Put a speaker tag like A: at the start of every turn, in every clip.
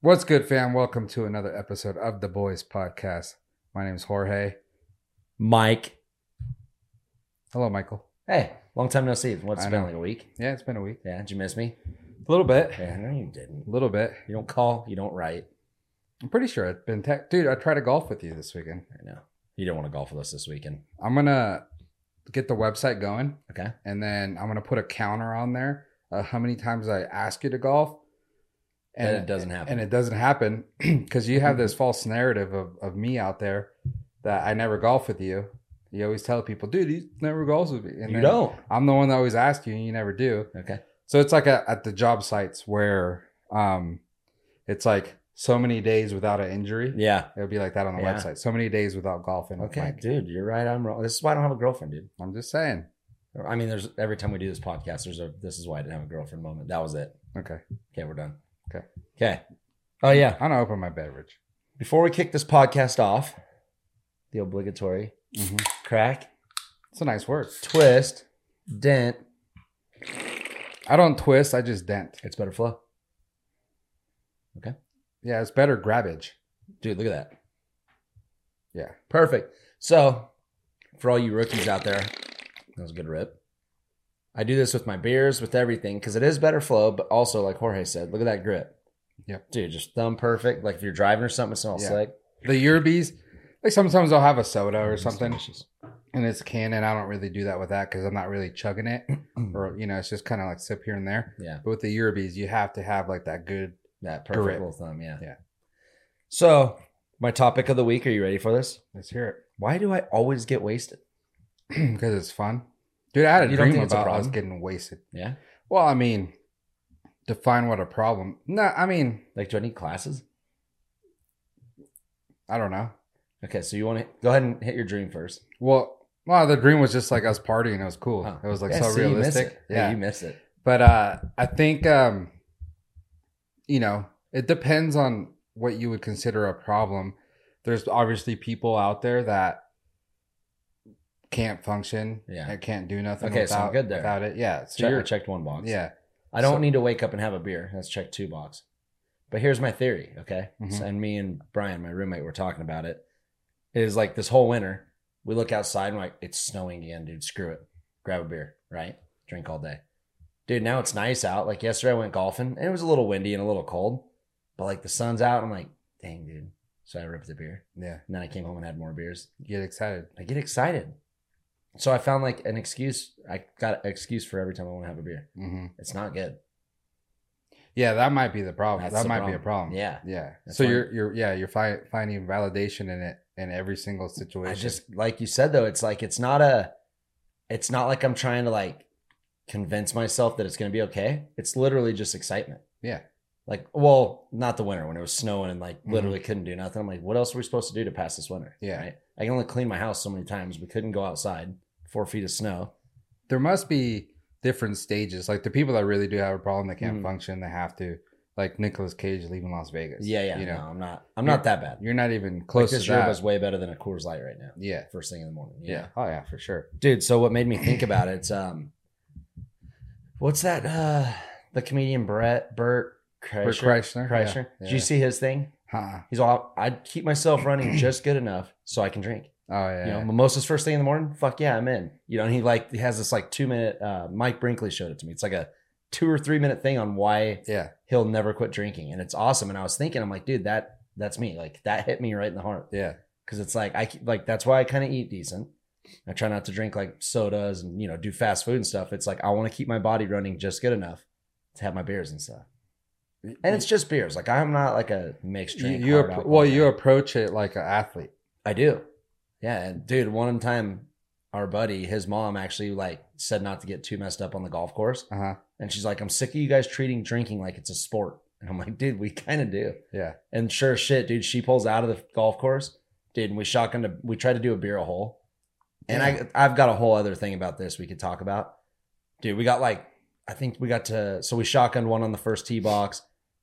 A: What's good, fam? Welcome to another episode of the Boys Podcast. My name is Jorge.
B: Mike.
A: Hello, Michael.
B: Hey, long time no see. What's
A: I
B: it been
A: know.
B: like a week?
A: Yeah, it's been a week.
B: Yeah, did you miss me?
A: A little bit.
B: Yeah, no, you
A: A
B: didn't.
A: little bit.
B: You don't call. You don't write.
A: I'm pretty sure it's been tech. Dude, I tried to golf with you this weekend.
B: I know. You don't want to golf with us this weekend.
A: I'm going to get the website going
B: Okay.
A: and then I'm going to put a counter on there uh, how many times I ask you to golf.
B: And it doesn't happen.
A: And it doesn't happen because you have this false narrative of, of me out there that I never golf with you. You always tell people, dude, he never golfs with me. And
B: you
A: then
B: don't.
A: I'm the one that always asks you and you never do.
B: Okay.
A: So it's like a, at the job sites where um, it's like so many days without an injury.
B: Yeah.
A: It'll be like that on the
B: Yeah.
A: website. So many days without golfing. with
B: Okay,
A: Mike.
B: dude, you're right. I'm wrong. This is why I don't have a girlfriend, dude.
A: I'm just saying.
B: I mean, there's every time we do this podcast, there's a this is why I didn't have a girlfriend moment. That was it.
A: Okay.
B: Okay, we're done.
A: Okay.
B: Okay. Oh yeah.
A: I'm going to open my beverage.
B: Before we kick this podcast off, the obligatory
A: Mhm.
B: Mm-hmm. crack,
A: It's a nice word.
B: twist, dent.
A: I don't twist. I just dent.
B: It's better flow.
A: Yeah, it's better grabbage.
B: Dude, look at that.
A: Yeah.
B: Perfect. So, for all you rookies out there, that was a good rip. I do this with my beers, with everything, because it is better flow, but also, like Jorge said, look at that grip.
A: Yep.
B: Dude, just thumb perfect. Like if you're driving or something, it smells
A: Yeah.
B: slick.
A: The Yerbies, like sometimes I'll have a soda or
B: It's
A: something
B: delicious.
A: and it's canned. and I don't really do that with that because I'm not really chugging it or, you know, it's just kind of like sip here and there.
B: Yeah.
A: But with the Yerbies, you have to have like that good.
B: That perfect
A: Grip.
B: little thumb. Yeah.
A: Yeah.
B: So, my topic of the week, are you ready for this?
A: Let's hear it.
B: Why do I always get wasted?
A: because it's fun. Dude, I had a
B: You don't
A: dream
B: think it's a
A: about us
B: problem?
A: getting wasted.
B: Yeah.
A: Well, I mean, define what a problem. No, I mean,
B: Like, do I need classes?
A: I don't know.
B: Okay. So, you want to go ahead and hit your dream first.
A: Well, well, the dream was just like us partying. It was cool.
B: Oh.
A: It was like
B: Yeah,
A: so
B: see, you miss
A: realistic.
B: it.
A: Yeah.
B: You miss it.
A: but uh, I think um, you know, it depends on what you would consider a problem. There's obviously people out there that can't function.
B: Yeah.
A: and can't do nothing.
B: Okay, so I'm
A: without,
B: good there.
A: Without it, yeah. So
B: Check- I
A: you're,
B: checked one box.
A: yeah.
B: I don't
A: So-
B: need to wake up and have a beer. That's check two box. But here's my theory, okay?
A: Mhm.
B: So- and me and Brian, my roommate, were talking about it. It is like this whole winter, we look outside and we're like, it's snowing again, dude. Screw it. Grab a beer, right? Drink all day. Dude, now it's nice out. Like yesterday I went golfing and it was a little windy and a little cold. But like the sun's out, I'm like, dang, dude. So I ripped the beer.
A: Yeah.
B: And then I came home and had more beers.
A: Get excited.
B: I get excited. So I found like an excuse. I got an excuse for every time I want to have a beer.
A: hmm
B: It's not good.
A: Yeah, that might be the problem.
B: That's
A: that
B: the
A: might be a
B: problem.
A: problem.
B: Yeah.
A: yeah.
B: That's
A: so
B: why-
A: you're you're yeah you're fi- finding validation in it in every single situation.
B: I just like you said though, it's like it's not a it's not like I'm trying to like convince myself that it's gonna be okay. It's literally just excitement.
A: Yeah. Mm-hmm.
B: Like, well, not the winter when it was snowing and like literally couldn't do nothing. I'm like, what else are we supposed to do to pass this winter?
A: Yeah.
B: Right? I can only clean my house so many times. We couldn't go outside, four feet of snow.
A: there must be different stages. Like the people that really do have a problem, they can't
B: Mhm.
A: function. They have to like Nicolas Cage leaving Las Vegas.
B: Yeah, yeah.
A: You know,
B: no, I'm not I'm not that bad.
A: you're not even
B: Like
A: close
B: this
A: to
B: year
A: that.
B: was way better than a Coors Light right now.
A: yeah.
B: First thing in the morning.
A: yeah, Oh yeah, for sure.
B: dude so what made me think about it, it's um what's that uh the comedian brett bert
A: For
B: kreischer,
A: Chrysler,
B: Kreischer?
A: Yeah.
B: did you see his thing
A: Yeah. Huh.
B: he's all i keep myself running just good enough so i can drink
A: Oh yeah.
B: you know mimosas first thing in the morning fuck yeah i'm in you know and he like he has this like two minute uh mike brinkley showed it to me it's like a two or three minute thing on why
A: yeah.
B: he'll never quit drinking and it's awesome and i was thinking i'm like dude that that's me like that hit me right in the heart
A: Yeah.
B: because it's like I like that's why I kind of eat decent. I try not to drink like sodas and you know do fast food and stuff. It's like I want to keep my body running just good enough to have my beers and stuff. And it's just beers. Like I'm not like a mixed
A: you,
B: drink.
A: you
B: hard
A: appro-
B: alcohol
A: well,
B: guy.
A: you approach it like an athlete.
B: I do. Yeah, and dude. One time, our buddy, his mom actually like said not to get too messed up on the golf course,
A: Uh huh.
B: and she's like, "I'm sick of you guys treating drinking like it's a sport." And I'm like, "Dude, we kind of do."
A: Yeah.
B: And sure as shit, dude, she pulls out of the golf course, dude, and we shotgun to we try to do a beer a hole. And I I've got a whole other thing about this we could talk about. Dude, we got like I think we got to so we shotgunned one on the first tee box.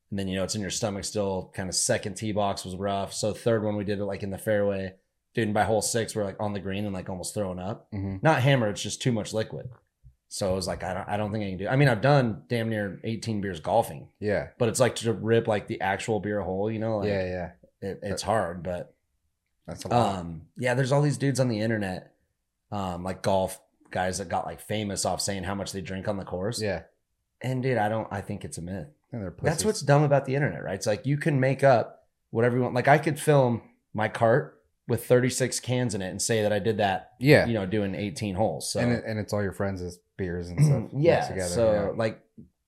B: And then you know it's in your stomach still. Kind of second tee box was rough. So third one we did it like in the fairway. Dude, and by hole six, we're like on the green and like almost throwing up.
A: hmm
B: Not hammer, it's just too much liquid. So I was like, I don't, I don't think I can do. I mean, I've done damn near 18 beers golfing,
A: Yeah.
B: but it's like to rip like the actual beer hole, you know? Like,
A: yeah. Yeah.
B: it, it's hard, but
A: That's a lot.
B: um, yeah, there's all these dudes on the internet, um, like golf guys that got like famous off saying how much they drink on the course.
A: yeah.
B: And dude, I don't, I think it's a myth.
A: And they're
B: That's
A: pussies.
B: what's dumb about the internet, right? It's like you can make up whatever you want. Like I could film my cart with 36 cans in it and say that I did that,
A: Yeah.
B: you know, doing 18 holes. So
A: And it, and it's all your friends as beers and stuff. mixed
B: yeah.
A: Together.
B: so
A: yeah.
B: like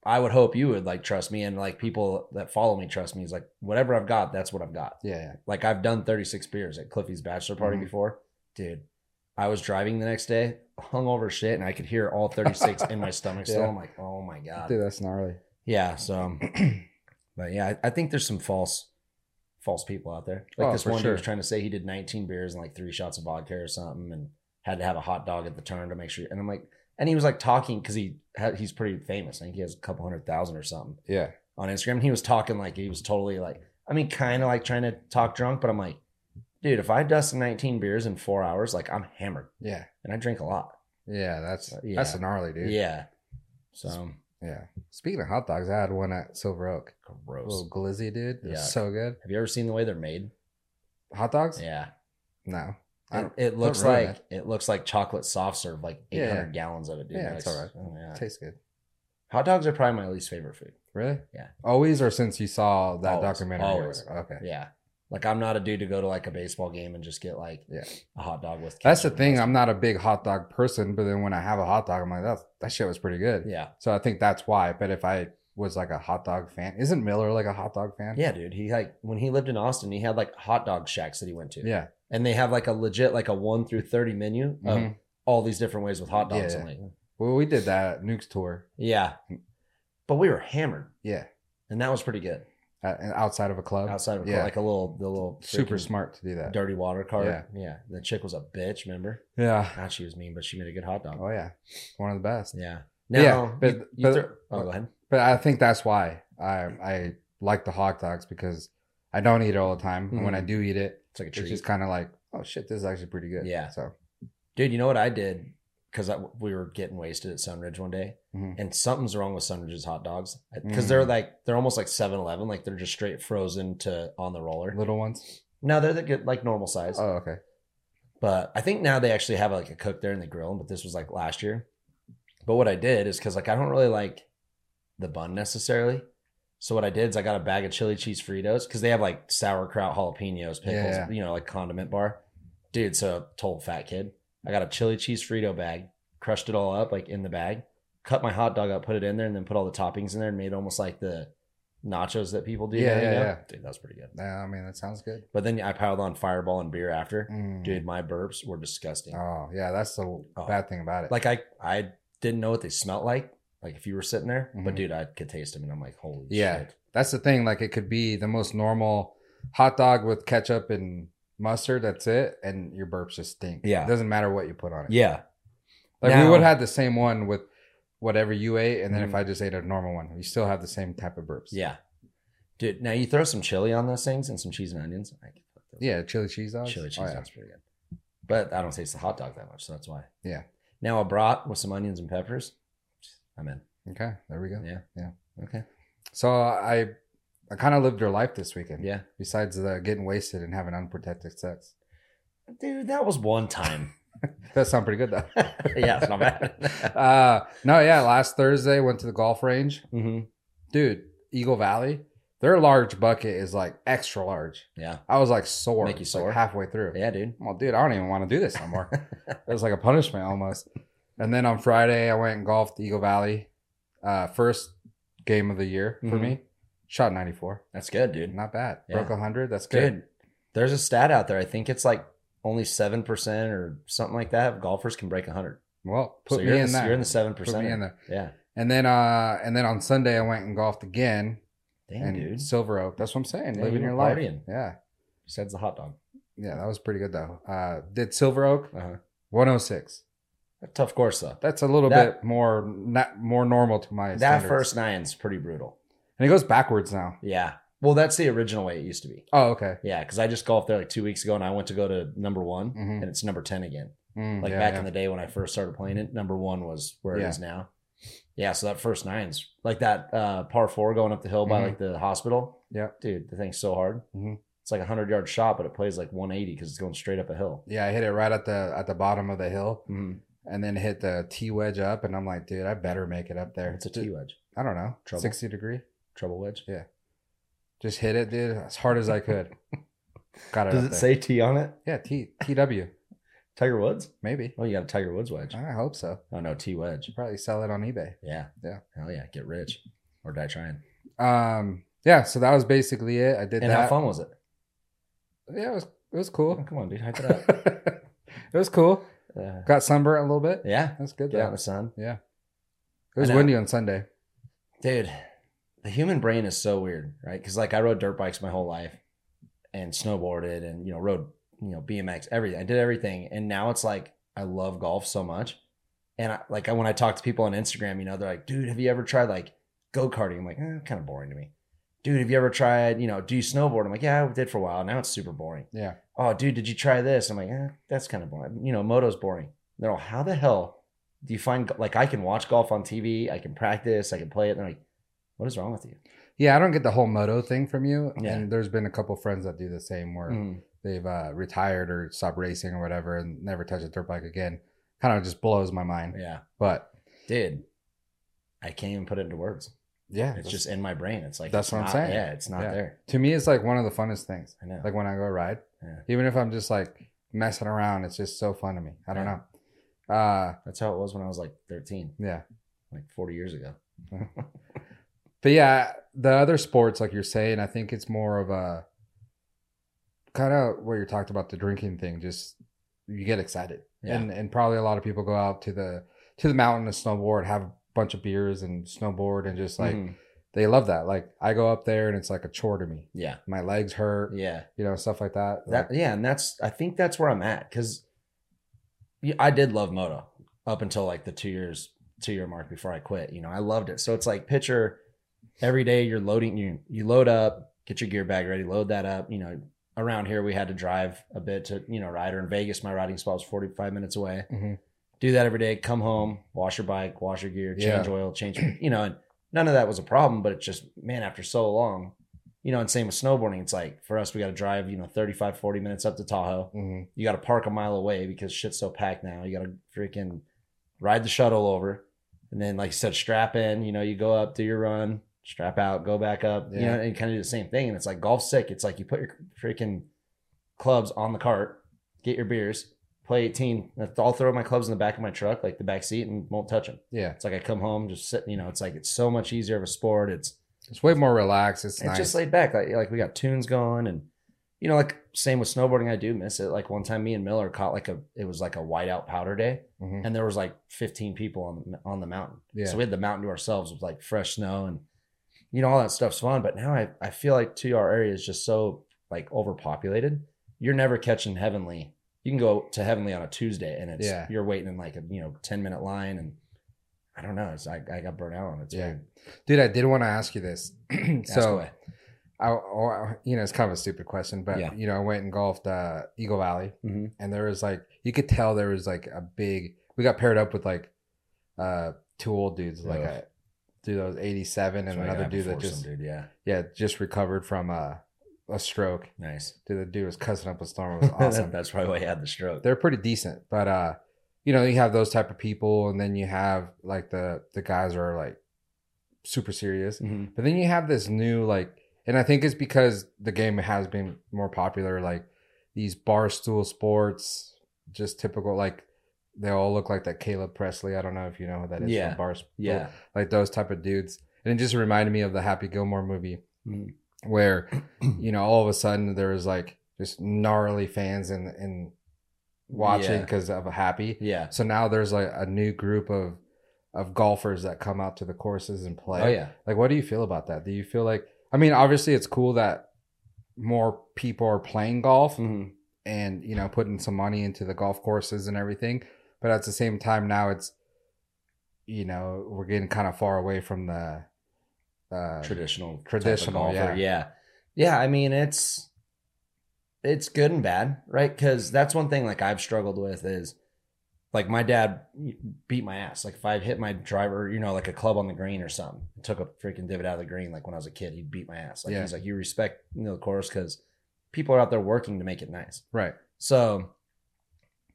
B: I would hope you would like trust me and like people that follow me trust me is like whatever I've got, that's what I've got.
A: Yeah. yeah.
B: Like I've done 36 beers at Cliffy's bachelor party
A: Mhm.
B: before. Dude, I was driving the next day, hungover as shit, and I could hear all 36 in my stomach. So
A: Yeah.
B: I'm like, oh my God.
A: Dude, that's gnarly.
B: Yeah. So, but yeah, I, I think there's some false, false people out there. Like
A: Oh,
B: this
A: for
B: one dude was
A: sure.
B: trying to say he did 19 beers and like three shots of vodka or something, and had to have a hot dog at the turn to make sure. And I'm like, and he was like talking because he had, he's pretty famous. I think he has a couple hundred thousand or something
A: Yeah.
B: on Instagram. He was talking like he was totally like, I mean, kind of like trying to talk drunk, but I'm like, dude, if I dust 19 beers in four hours, like I'm hammered
A: Yeah.
B: and I drink a lot.
A: Yeah. That's
B: Uh, Yeah.
A: that's a gnarly, dude.
B: Yeah. So
A: Yeah. Speaking of hot dogs, I had one at Silver Oak. A
B: gross.
A: little glizzy, dude. It was
B: Yuck.
A: so good.
B: Have you ever seen the way they're made?
A: Hot dogs?
B: Yeah.
A: No. I
B: It,
A: don't-
B: it looks
A: ruin
B: like it looks like chocolate soft serve, like
A: Yeah, yeah.
B: 800 gallons of it. Dude.
A: Yeah, it's
B: Like,
A: all right.
B: oh, yeah.
A: Tastes good.
B: Hot dogs are probably my least favorite food.
A: Really?
B: Yeah.
A: Always or since you saw that
B: Always.
A: documentary? or
B: Always.
A: whatever? Okay.
B: Yeah, like I'm not a dude to go to like a baseball game and just get like
A: Yeah.
B: a hot dog with.
A: That's the
B: ketchup.
A: thing. I'm not a big hot dog person, but then when I have a hot dog, I'm like, that that shit was pretty good.
B: yeah,
A: So I think that's why. But if I was like a hot dog fan, isn't Miller like a hot dog fan?
B: yeah, dude. He like when he lived in Austin, he had like hot dog shacks that he went to.
A: Yeah.
B: and they have like a legit like a one through thirty menu of
A: Mhm.
B: all these different ways with hot dogs.
A: Yeah,
B: I'm like,
A: Well, we did that at Nuke's tour.
B: yeah, but we were hammered,
A: Yeah.
B: and that was pretty good
A: At, and outside of a club.
B: outside of
A: Yeah.
B: like a little the little
A: Super
B: freaking
A: smart to do that.
B: dirty water cart.
A: Yeah.
B: yeah, the chick was a bitch. Remember?
A: Yeah.
B: God, she was mean, but she made a good hot dog.
A: Oh yeah. One of the best.
B: Yeah. Now,
A: Yeah, but-
B: you, you
A: but-
B: throw- oh, go ahead.
A: But I think that's why I I like the hot dogs because I don't eat it all the time. And when I do eat it,
B: It's like a
A: it's
B: Mm-hmm. treat.
A: just kind of like, oh shit, this is actually pretty good.
B: Yeah.
A: So
B: Dude, you know what I did? Because we were getting wasted at Sunridge one day,
A: Mhm.
B: and something's wrong with Sunridge's hot dogs because they're
A: Mm.
B: like they're almost like 7-Eleven, like they're just straight frozen to on the roller.
A: little ones.
B: No, they're the good, like normal size,
A: Oh okay.
B: but I think now they actually have like a cook there and they grill them. But this was like last year. But what I did is because like I don't really like the bun necessarily. So what I did is I got a bag of chili cheese Fritos because they have like sauerkraut, jalapenos, pickles,
A: Yeah.
B: you know, like condiment bar. Dude, so told fat kid, I got a chili cheese Frito bag, crushed it all up like in the bag, cut my hot dog up, put it in there, and then put all the toppings in there and made almost like the nachos that people do.
A: Yeah,
B: now, you
A: yeah,
B: know?
A: yeah.
B: Dude, that was pretty good.
A: Yeah, I mean that sounds good.
B: But then I piled on Fireball and beer after.
A: Mm.
B: Dude, my burps were disgusting
A: Oh yeah, that's the bad thing about it.
B: like I I didn't know what they smelt like. Like if you were sitting there, but
A: Mhm.
B: dude, I could taste them, and I'm like, holy
A: Yeah.
B: shit.
A: that's the thing. Like it could be the most normal hot dog with ketchup and mustard. That's it, and your burps just stink.
B: Yeah.
A: it doesn't matter what you put on it.
B: Yeah,
A: like we
B: Now-
A: would have had the same one with whatever you ate, and then
B: Mhm.
A: if I just ate a normal one, we still have the same type of burps.
B: yeah, dude. Now you throw some chili on those things and some cheese and onions. I can fuck those.
A: yeah, chili cheese dogs.
B: chili cheese
A: Oh, yeah.
B: sounds pretty good. But I don't taste the hot dog that much, so that's why.
A: Yeah.
B: Now a brat with some onions and peppers. I'm in.
A: Okay, there we go.
B: Yeah.
A: Yeah.
B: Okay.
A: So I, I kind of lived your life this weekend.
B: Yeah.
A: Besides the getting wasted and having unprotected sex,
B: Dude, that was one time.
A: that sounds pretty good though.
B: yeah, it's not bad.
A: uh, no, yeah. Last Thursday went to the golf range,
B: hmm
A: dude. Eagle Valley, their large bucket is like extra large.
B: Yeah.
A: I was like sore,
B: Make you
A: like,
B: sore?
A: halfway through.
B: Yeah, dude.
A: Well, dude, I don't even want to do this no more. it was like a punishment almost. And then on Friday, I went and golfed Eagle Valley, uh, first game of the year for
B: Mhm.
A: me. Shot 94.
B: That's good, dude.
A: Not bad.
B: Yeah.
A: Broke 100. That's good.
B: Dude, there's a stat out there. I think it's like only seven percent or something like that. of Golfers can break hundred.
A: Well, put
B: so
A: me
B: you're
A: in
B: the,
A: that.
B: You're in the seven
A: put me in
B: percent.
A: there.
B: Yeah,
A: And then, uh, and then on Sunday, I went and golfed again
B: damn,
A: and
B: dude.
A: Silver Oak. That's what I'm saying.
B: Yeah,
A: living
B: you
A: your
B: were
A: life.
B: partying.
A: Yeah.
B: Besides the hot dog,
A: Yeah. That was pretty good though. Uh, did Silver Oak
B: uh-huh.
A: 106.
B: A tough course though.
A: That's a little
B: That-
A: bit more, not more normal to my
B: That
A: standards.
B: first nine's pretty brutal.
A: and it goes backwards now.
B: Yeah. Well, that's the original way it used to be.
A: Oh, okay.
B: Yeah, because I just golfed there like two weeks ago, and I went to go to number one,
A: Mhm.
B: and it's number ten again.
A: Mm,
B: like
A: yeah,
B: back
A: yeah.
B: in the day when I first started playing it, number one was where
A: Yeah.
B: it is now. Yeah, so that first nine's like that uh, par four going up the hill by
A: Mhm.
B: like the hospital.
A: Yeah.
B: dude, the thing's so hard.
A: Mhm.
B: It's like a hundred yard shot, but it plays like one eighty because it's going straight up a hill.
A: yeah, I hit it right at the at the bottom of the hill,
B: Mm-hmm.
A: and then hit the T wedge up, and I'm like, dude, I better make it up there.
B: It's a T wedge,
A: I don't know,
B: Trouble.
A: sixty degree.
B: treble wedge.
A: Just hit it, dude, as hard as I could. Got it.
B: Does
A: up
B: it
A: there.
B: say T on it?
A: Yeah, T T W
B: Tiger Woods?
A: maybe.
B: Oh, you got a Tiger Woods wedge.
A: I hope so.
B: Oh no, T wedge.
A: Should probably sell it on eBay.
B: Yeah,
A: Yeah.
B: hell yeah, get rich or die trying.
A: Um, yeah. So that was basically it. I did
B: And
A: that.
B: how fun was it?
A: Yeah, it was it was
B: Oh,
A: cool.
B: come on, dude, hype it up.
A: it was cool.
B: Uh,
A: Got sunburnt a little bit.
B: yeah, uh,
A: That's good.
B: get out in
A: Though.
B: the sun.
A: It was
B: I know.
A: windy on Sunday.
B: Dude, the human brain is so weird, right? Because like I rode dirt bikes my whole life and snowboarded and you know rode you know BMX everything. I did everything, and now it's like I love golf so much. And I, like I, when I talk to people on Instagram, you know, they're like, "Dude, have you ever tried like go karting?" I'm like, eh, "Kind of boring to me." Dude, have you ever tried? You know, do you snowboard? I'm like, "Yeah, I did for a while. Now it's super boring."
A: Yeah.
B: Oh, dude, did you try this? I'm like, eh, "That's kind of boring." You know, moto's boring. And they're all, "How the hell do you find like I can watch golf on TV? I can practice. I can play it." And they're like what is wrong with you?
A: Yeah, I don't get the whole moto thing from you.
B: Yeah. Mm.
A: And there's been a couple friends that do the same where they've uh, retired or stopped racing or whatever and never touch a dirt bike again. Kind of just blows my mind.
B: Yeah,
A: But
B: dude, I can't even put it into words.
A: yeah,
B: It's just in my brain. It's like
A: That's
B: it's
A: what I'm
B: not-
A: saying.
B: Yeah, it's not
A: Yeah.
B: there.
A: to me, it's like one of the funnest things.
B: I know.
A: Like when I go ride,
B: Yeah.
A: even if I'm just like messing around, it's just so fun to me. I don't
B: Yeah.
A: know. Uh,
B: That's how it was when I was like 13,
A: yeah.
B: like 40 years ago.
A: But yeah, the other sports, like you're saying, I think it's more of a kind of what you're talked about the drinking thing. Just you get excited,
B: Yeah.
A: and and probably a lot of people go out to the to the mountain to snowboard, have a bunch of beers and snowboard, and just like
B: Mhm.
A: they love that. Like I go up there and it's like a chore to me.
B: yeah,
A: My legs hurt,
B: yeah,
A: you know, stuff like that.
B: that,
A: Like,
B: yeah, and that's I think that's where I'm at because I did love moto up until like the two years two year mark before I quit. You know, I loved it. So it's like picture every day you're loading you you load up, get your gear bag ready, load that up. You know, around here we had to drive a bit to you know ride. Or in Vegas, my riding spot was 45 minutes away.
A: Mhm.
B: Do that every day. Come home, wash your bike, wash your gear, change
A: Yeah.
B: oil, change you know. And none of that was a problem, but it's just man, after so long. You know, and same with snowboarding. It's like for us, we got to drive, you know, 35, 40 minutes up to Tahoe
A: mhm.
B: you got to park a mile away because shit's so packed now. You got to freaking ride the shuttle over, and then like you said, strap in. You know, you go up, do your run, strap out, go back up. You
A: Yeah.
B: know, and kind of do the same thing. And it's like golf sick. It's like you put your freaking clubs on the cart, get your beers, play eighteen. I'll throw my clubs in the back of my truck, like the back seat, and won't touch them.
A: yeah.
B: It's like I come home, just sit. You know, it's like it's so much easier of a sport. It's
A: It's way more relaxed. It's,
B: it's
A: nice.
B: just laid back. Like, like we got tunes going and you know, like same with snowboarding, I do miss it. Like one time me and Miller caught like a it was like a whiteout powder day
A: Mhm.
B: and there was like 15 people on the on the mountain.
A: Yeah.
B: So we had the mountain to ourselves with like fresh snow and you know, all that stuff's fun. But now I, I feel like two our area is just so like overpopulated. You're never catching heavenly. You can go to heavenly on a Tuesday and it's
A: Yeah.
B: you're waiting in like a you know 10 minute line and I don't know. It's I, I got burnt out on it. It's
A: Yeah.
B: weird.
A: Dude, I did want to ask you this.
B: Ask
A: so,
B: away.
A: I, I- you know, it's kind of a stupid question, but
B: Yeah.
A: you know, I went and golfed uh, Eagle Valley,
B: Mhm.
A: and there was like you could tell there was like a big. We got paired up with like uh two old dudes, like
B: Ugh.
A: a dude that was eighty seven,
B: That's
A: and
B: what I
A: another
B: got
A: dude that
B: before some
A: just
B: dude, yeah.
A: yeah just recovered from a a stroke.
B: Nice.
A: Dude, the dude was cussing up a storm. It was awesome.
B: That's probably why he had the stroke.
A: They're pretty decent, but uh, you know, you have those type of people, and then you have like the the guys are like super serious.
B: Mhm.
A: But then you have this new like, and I think it's because the game has been more popular. Like these barstool sports, just typical. Like they all look like that Caleb Presley. I don't know if you know who that is.
B: Yeah.
A: from Barstool.
B: Yeah.
A: like those type of dudes. And it just reminded me of the Happy Gilmore movie,
B: Mhm.
A: where you know all of a sudden there was like just gnarly fans in in watching
B: Yeah.
A: because of a Happy.
B: Yeah.
A: So now there's like a new group of of golfers that come out to the courses and play.
B: Oh yeah.
A: Like, what do you feel about that? Do you feel like, I mean, obviously it's cool that more people are playing golf
B: Mhm.
A: and, you know, putting some money into the golf courses and everything. But at the same time, now it's, you know, we're getting kind of far away from the uh,
B: Traditional. type of
A: traditional,
B: golfer.
A: yeah.
B: Yeah. Yeah. I mean, it's it's good and bad, right? Because that's one thing like I've struggled with is Like my dad beat my ass. Like if I hit my driver, you know, like a club on the green or something, took a freaking divot out of the green. Like when I was a kid, he'd beat my ass. Like
A: Yeah.
B: he's like, you respect you know the course because people are out there working to make it nice.
A: Right.
B: So,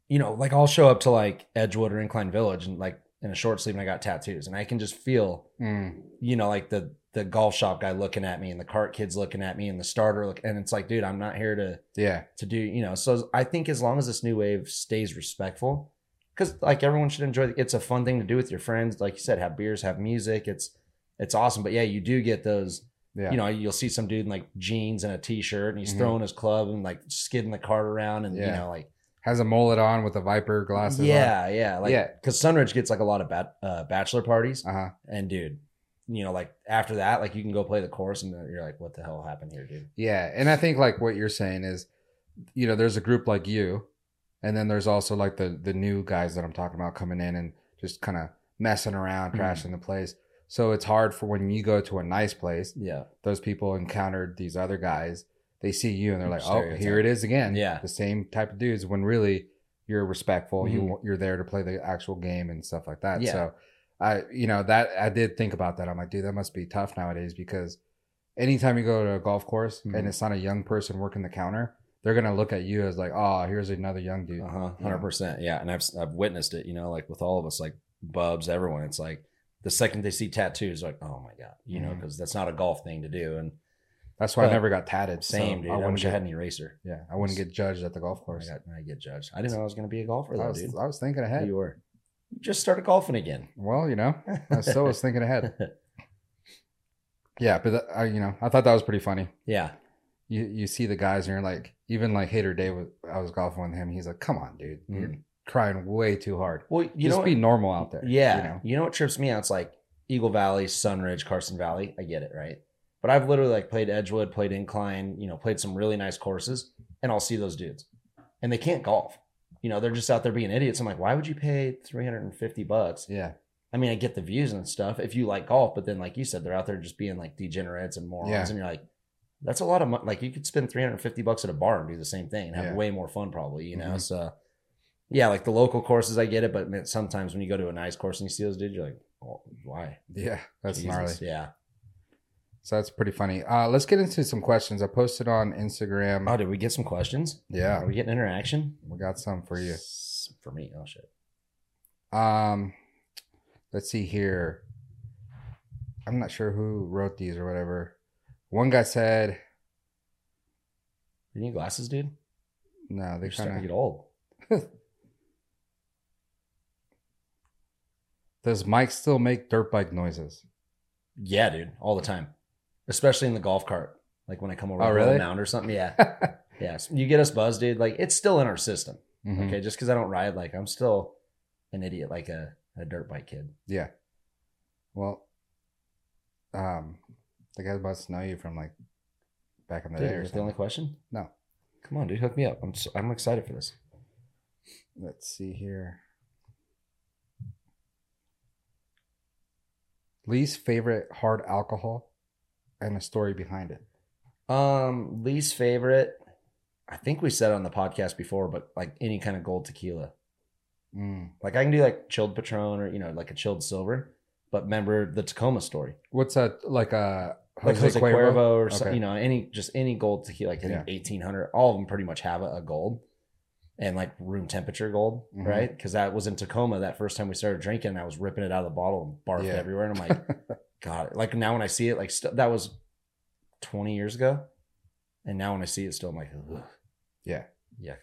B: you know, like I'll show up to like Edgewood or Incline Village and like in a short sleeve and I got tattoos and I can just feel,
A: Mm.
B: you know, like the the golf shop guy looking at me and the cart kids looking at me and the starter look and it's like, dude, I'm not here to
A: Yeah.
B: to do, you know. So I think as long as this new wave stays respectful, because like everyone should enjoy. It's a fun thing to do with your friends. Like you said, have beers, have music. It's it's awesome. But yeah, you do get those
A: Yeah.
B: you know, you'll see some dude in like jeans and a t-shirt and he's
A: Mhm.
B: throwing his club and like skidding the cart around and you
A: Yeah.
B: know like
A: Has a mullet on with a viper glasses.
B: yeah, yeah, like
A: Yeah.
B: cuz Sunridge gets like a lot of bat, uh, bachelor parties
A: Uh huh.
B: and dude, you know like after that like you can go play the course and you're like what the hell happened here, dude?
A: Yeah, and I think like what you're saying is, you know, there's a group like you, and then there's also like the the new guys that I'm talking about coming in and just kind of messing around,
B: Mhm.
A: trashing the place. So it's hard for when you go to a nice place,
B: Yeah.
A: those people encountered these other guys. They see you and they're like, "Oh,
B: Stereotype.
A: here it is again."
B: Yeah.
A: the same type of dudes. When really, you're respectful.
B: Mhm.
A: You you're there to play the actual game and stuff like that.
B: Yeah.
A: So, I you know that I did think about that. I'm like, dude, that must be tough nowadays because anytime you go to a golf course
B: Mhm.
A: and it's not a young person working the counter, they're gonna look at you as like, "Oh, here's another young dude."
B: Uh-huh. 100%. Yeah, and I've I've witnessed it, you know, like with all of us like Bubs, everyone. It's like the second they see tattoos like, "Oh my god." You know,
A: Mhm.
B: cuz that's not a golf thing to do and
A: That's why I
B: But-
A: never got tatted. so
B: same, dude.
A: I
B: I,
A: wouldn't
B: wish I
A: get,
B: had an eraser.
A: yeah, I wouldn't get judged at the golf
B: Of course.
A: course.
B: I, got, I get judged. I didn't know I was going to be a golfer,
A: I
B: though,
A: was
B: dude.
A: I was thinking ahead.
B: You were. You just started golfing again.
A: Well, you know, I still was thinking ahead. Yeah, but that- I, you know, I thought that was pretty funny.
B: yeah.
A: you you see the guys and you're like, even like Hater Day, was, I was golfing with him. He's like, come on, dude, you're crying way too hard.
B: Well, Mm-hmm. you
A: Mm-hmm. Just
B: know,
A: be
B: what,
A: normal out there.
B: yeah.
A: you
B: You
A: know?
B: know? what trips me out? It's like Eagle Valley, Sunridge, Carson Valley. I get it, right? But I've literally like played Edgewood, played Incline, you know, played some really nice courses, and I'll see those dudes, and they can't golf. You know, they're just out there being idiots. I'm like, why would you pay 350 bucks?
A: yeah,
B: I mean, I get the views and stuff if you like golf, but then like you said, they're out there just being like degenerates and morons,
A: Yeah.
B: and you're like, that's a lot of money. Like you could spend 350 bucks at a bar and do the same thing and have
A: Yeah.
B: way more fun, probably. You know,
A: Mhm.
B: so yeah, like the local courses, I get it, but man, sometimes when you go to a nice course and you see those dudes, you're like, oh, why?
A: yeah, that's
B: Jesus.
A: gnarly.
B: Yeah.
A: So that's pretty funny. Uh, let's get into some questions. I posted on Instagram.
B: Oh, did we get some questions?
A: yeah,
B: Are we getting interaction
A: we got some for you.
B: S- For me, oh shit.
A: Um, let's see here. I'm not sure who wrote these or whatever. One guy said,
B: You need glasses, dude.
A: "No, they
B: You're starting to
A: kind
B: get
A: of."
B: old.
A: Does Mike still make dirt bike noises?
B: Yeah, dude, all the time, especially in the golf cart. Like when I come over
A: Oh,
B: to
A: really?
B: the mound or something. Yeah.
A: Mm-hmm.
B: Yes, you get us buzzed, dude. Like it's still in our system.
A: Mhm.
B: Okay, just because I don't ride, like I'm still an idiot, like a, a dirt bike kid.
A: Yeah. Well, um, the guys must know you from like back in the
B: Dude,
A: day
B: is
A: or
B: that the only
A: something.
B: question?
A: No.
B: Come on, dude, hook me up. I'm so, I'm excited for this.
A: Let's see here. Least favorite hard alcohol and a story behind it.
B: Um, least favorite. I think we said it on the podcast before, but like any kind of gold tequila.
A: Mm.
B: Like I can do like chilled Patron or you know like a chilled silver. But remember the Tacoma story,
A: What's a like uh, a
B: like Jose, Cuervo, or so-
A: Okay.
B: you know any just any gold tequila, like I think
A: Yeah.
B: eighteen hundred. All of them pretty much have a, a gold and like room temperature gold,
A: Mhm.
B: right? Because that was in Tacoma that first time we started drinking. And I was ripping it out of the bottle and barfed
A: Yeah.
B: everywhere, and I'm like, God, like now when I see it, like st- that was twenty years ago, and now when I see it, still I'm like, Ugh.
A: Yeah.
B: yuck,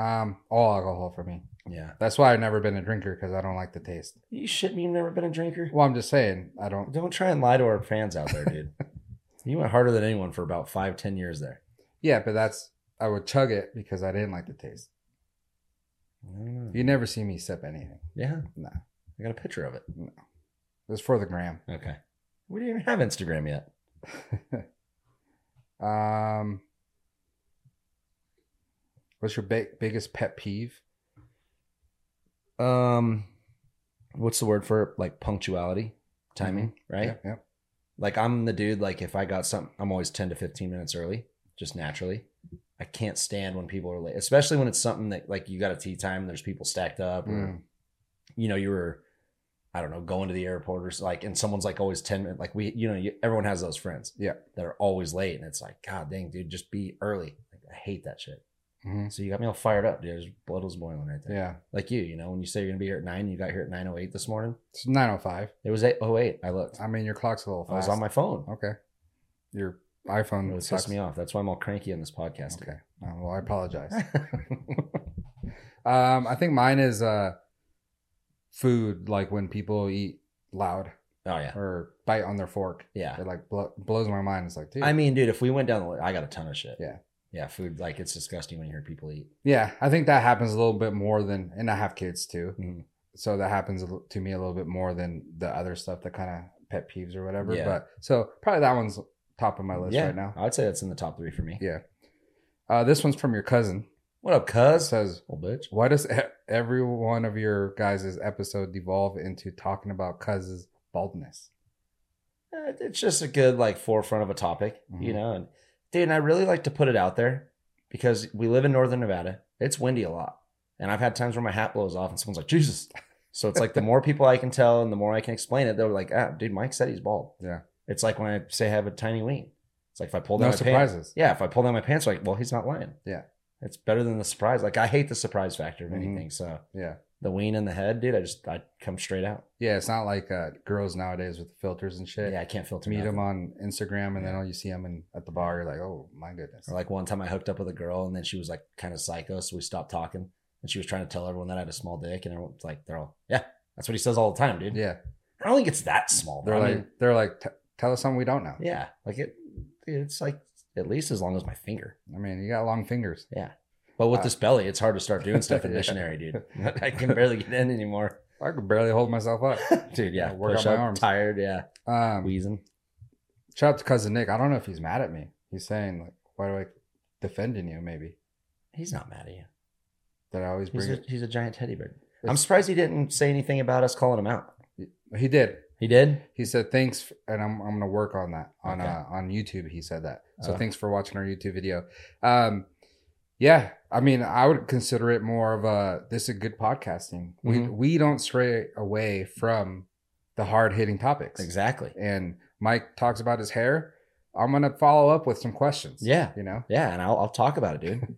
A: Um, all alcohol for me.
B: yeah.
A: That's why I've never been a drinker because I don't like the taste.
B: You shit me. You've never been a drinker.
A: Well, I'm just saying I don't.
B: Don't try and lie to our fans out there, dude. you went harder than anyone for about five, ten years there.
A: Yeah, but that's I would chug it because I didn't like the taste.
B: Mm.
A: You never see me sip anything.
B: Yeah.
A: No.
B: I got a picture of it.
A: It was for the gram.
B: Okay. We didn't even have Instagram yet.
A: Um, what's your big, biggest pet peeve?
B: Um what's the word for like punctuality? Timing, right?
A: Yep, yep.
B: Like I'm the dude, like if I got something, I'm always 10 to 15 minutes early, just naturally. I can't stand when people are late, especially when it's something that like you got a tea time. There's people stacked up, or
A: Mm.
B: you know you were, I don't know, going to the airport or s- like, and someone's like always ten minutes. Like we, you know, you, everyone has those friends,
A: Yeah.
B: that are always late, and it's like, God dang, dude, just be early. Like, I hate that shit.
A: Mhm.
B: So you got me all fired up, dude. There's blood was boiling right there.
A: Yeah.
B: Like you, you know, when you say you're gonna be here at nine, you got here at nine oh eight this morning.
A: It's 905.
B: It was eight oh eight. I looked.
A: I mean, your clock's a little fast.
B: I was on Oh, my phone.
A: Okay. Your
B: It
A: iPhone
B: really
A: sucks.
B: pissed me off. That's why I'm all cranky on this podcast.
A: Okay. Oh, well, I apologize.
B: dude.
A: um, I think mine is uh, food, like when people eat loud
B: oh yeah,
A: or bite on their fork.
B: yeah.
A: It like blo- blows my mind. It's like, dude.
B: I mean, dude, if we went down the, li- I got a ton of shit.
A: Yeah.
B: yeah. Food, like it's disgusting when you hear people eat.
A: yeah, I think that happens a little bit more than, and I have kids too.
B: Mhm.
A: So that happens a li- to me a little bit more than the other stuff that kind of pet peeves or whatever.
B: Yeah.
A: But so probably that one's top of my list
B: yeah,
A: right now.
B: I'd say that's in the top three for me.
A: Yeah. Uh, this one's from your cousin.
B: What up, cuz?
A: says,
B: Little bitch.
A: Why does e- every one of your guys' episode devolve into talking about Cuz's baldness?
B: Uh, It's just a good like forefront of a topic, you
A: Mhm.
B: know. And dude, and I really like to put it out there because we live in Northern Nevada. It's windy a lot, and I've had times where my hat blows off, and someone's like, "Jesus." So it's like the more people I can tell, and the more I can explain it, they're like, "Ah, dude, Mike said he's bald."
A: Yeah.
B: It's like when I say I have a tiny wing. It's like if I pull down
A: No
B: my pants,
A: surprises.
B: yeah, if I pull down my pants, like, well, he's not lying.
A: Yeah.
B: It's better than the surprise. Like I hate the surprise factor of
A: Mhm.
B: anything. So
A: Yeah.
B: the ween in the head, dude, I just I come straight out.
A: Yeah, it's not like uh, girls nowadays with filters and shit.
B: Yeah, I can't filter
A: meet
B: nothing.
A: them on Instagram, and then
B: Yeah.
A: all you see them in, at the bar, you're like, oh my goodness.
B: Or like one time I hooked up with a girl and then she was like kind of psycho, so we stopped talking and she was trying to tell everyone that I had a small dick and everyone's like, they're all, yeah, that's what he says all the time, dude.
A: yeah,
B: I don't think it's that small.
A: they're
B: though. I
A: like,
B: mean,
A: they're like, "T- tell us something we don't know.
B: yeah, like it, it's like at least as long as my finger.
A: I mean, you got long fingers.
B: But with
A: Uh,
B: this belly, it's hard to start doing stuff in
A: Yeah.
B: missionary, dude. I can barely get in anymore,
A: I could barely hold myself up.
B: dude. Yeah,
A: Yeah, work
B: push
A: on my
B: up,
A: arms.
B: tired, yeah,
A: Um,
B: wheezing.
A: shout out to cousin Nick. I don't know if he's mad at me. He's saying like, why do I defending you? Maybe
B: He's not mad at you.
A: that I always
B: He's
A: bring.
B: a,
A: it.
B: he's a giant teddy bear. I'm
A: It's-
B: surprised he didn't say anything about us calling him out.
A: He did.
B: He did.
A: He said thanks, f- and I'm, I'm gonna work on that on
B: Okay.
A: uh, on YouTube. He said that. So
B: Oh.
A: thanks for watching our YouTube video. Um, yeah, I mean, I would consider it more of a this is good podcasting. We
B: Mhm.
A: we don't stray away from the hard hitting topics.
B: Exactly.
A: And Mike talks about his hair. I'm gonna follow up with some questions.
B: Yeah,
A: you know.
B: yeah, and I'll, I'll talk about it, dude.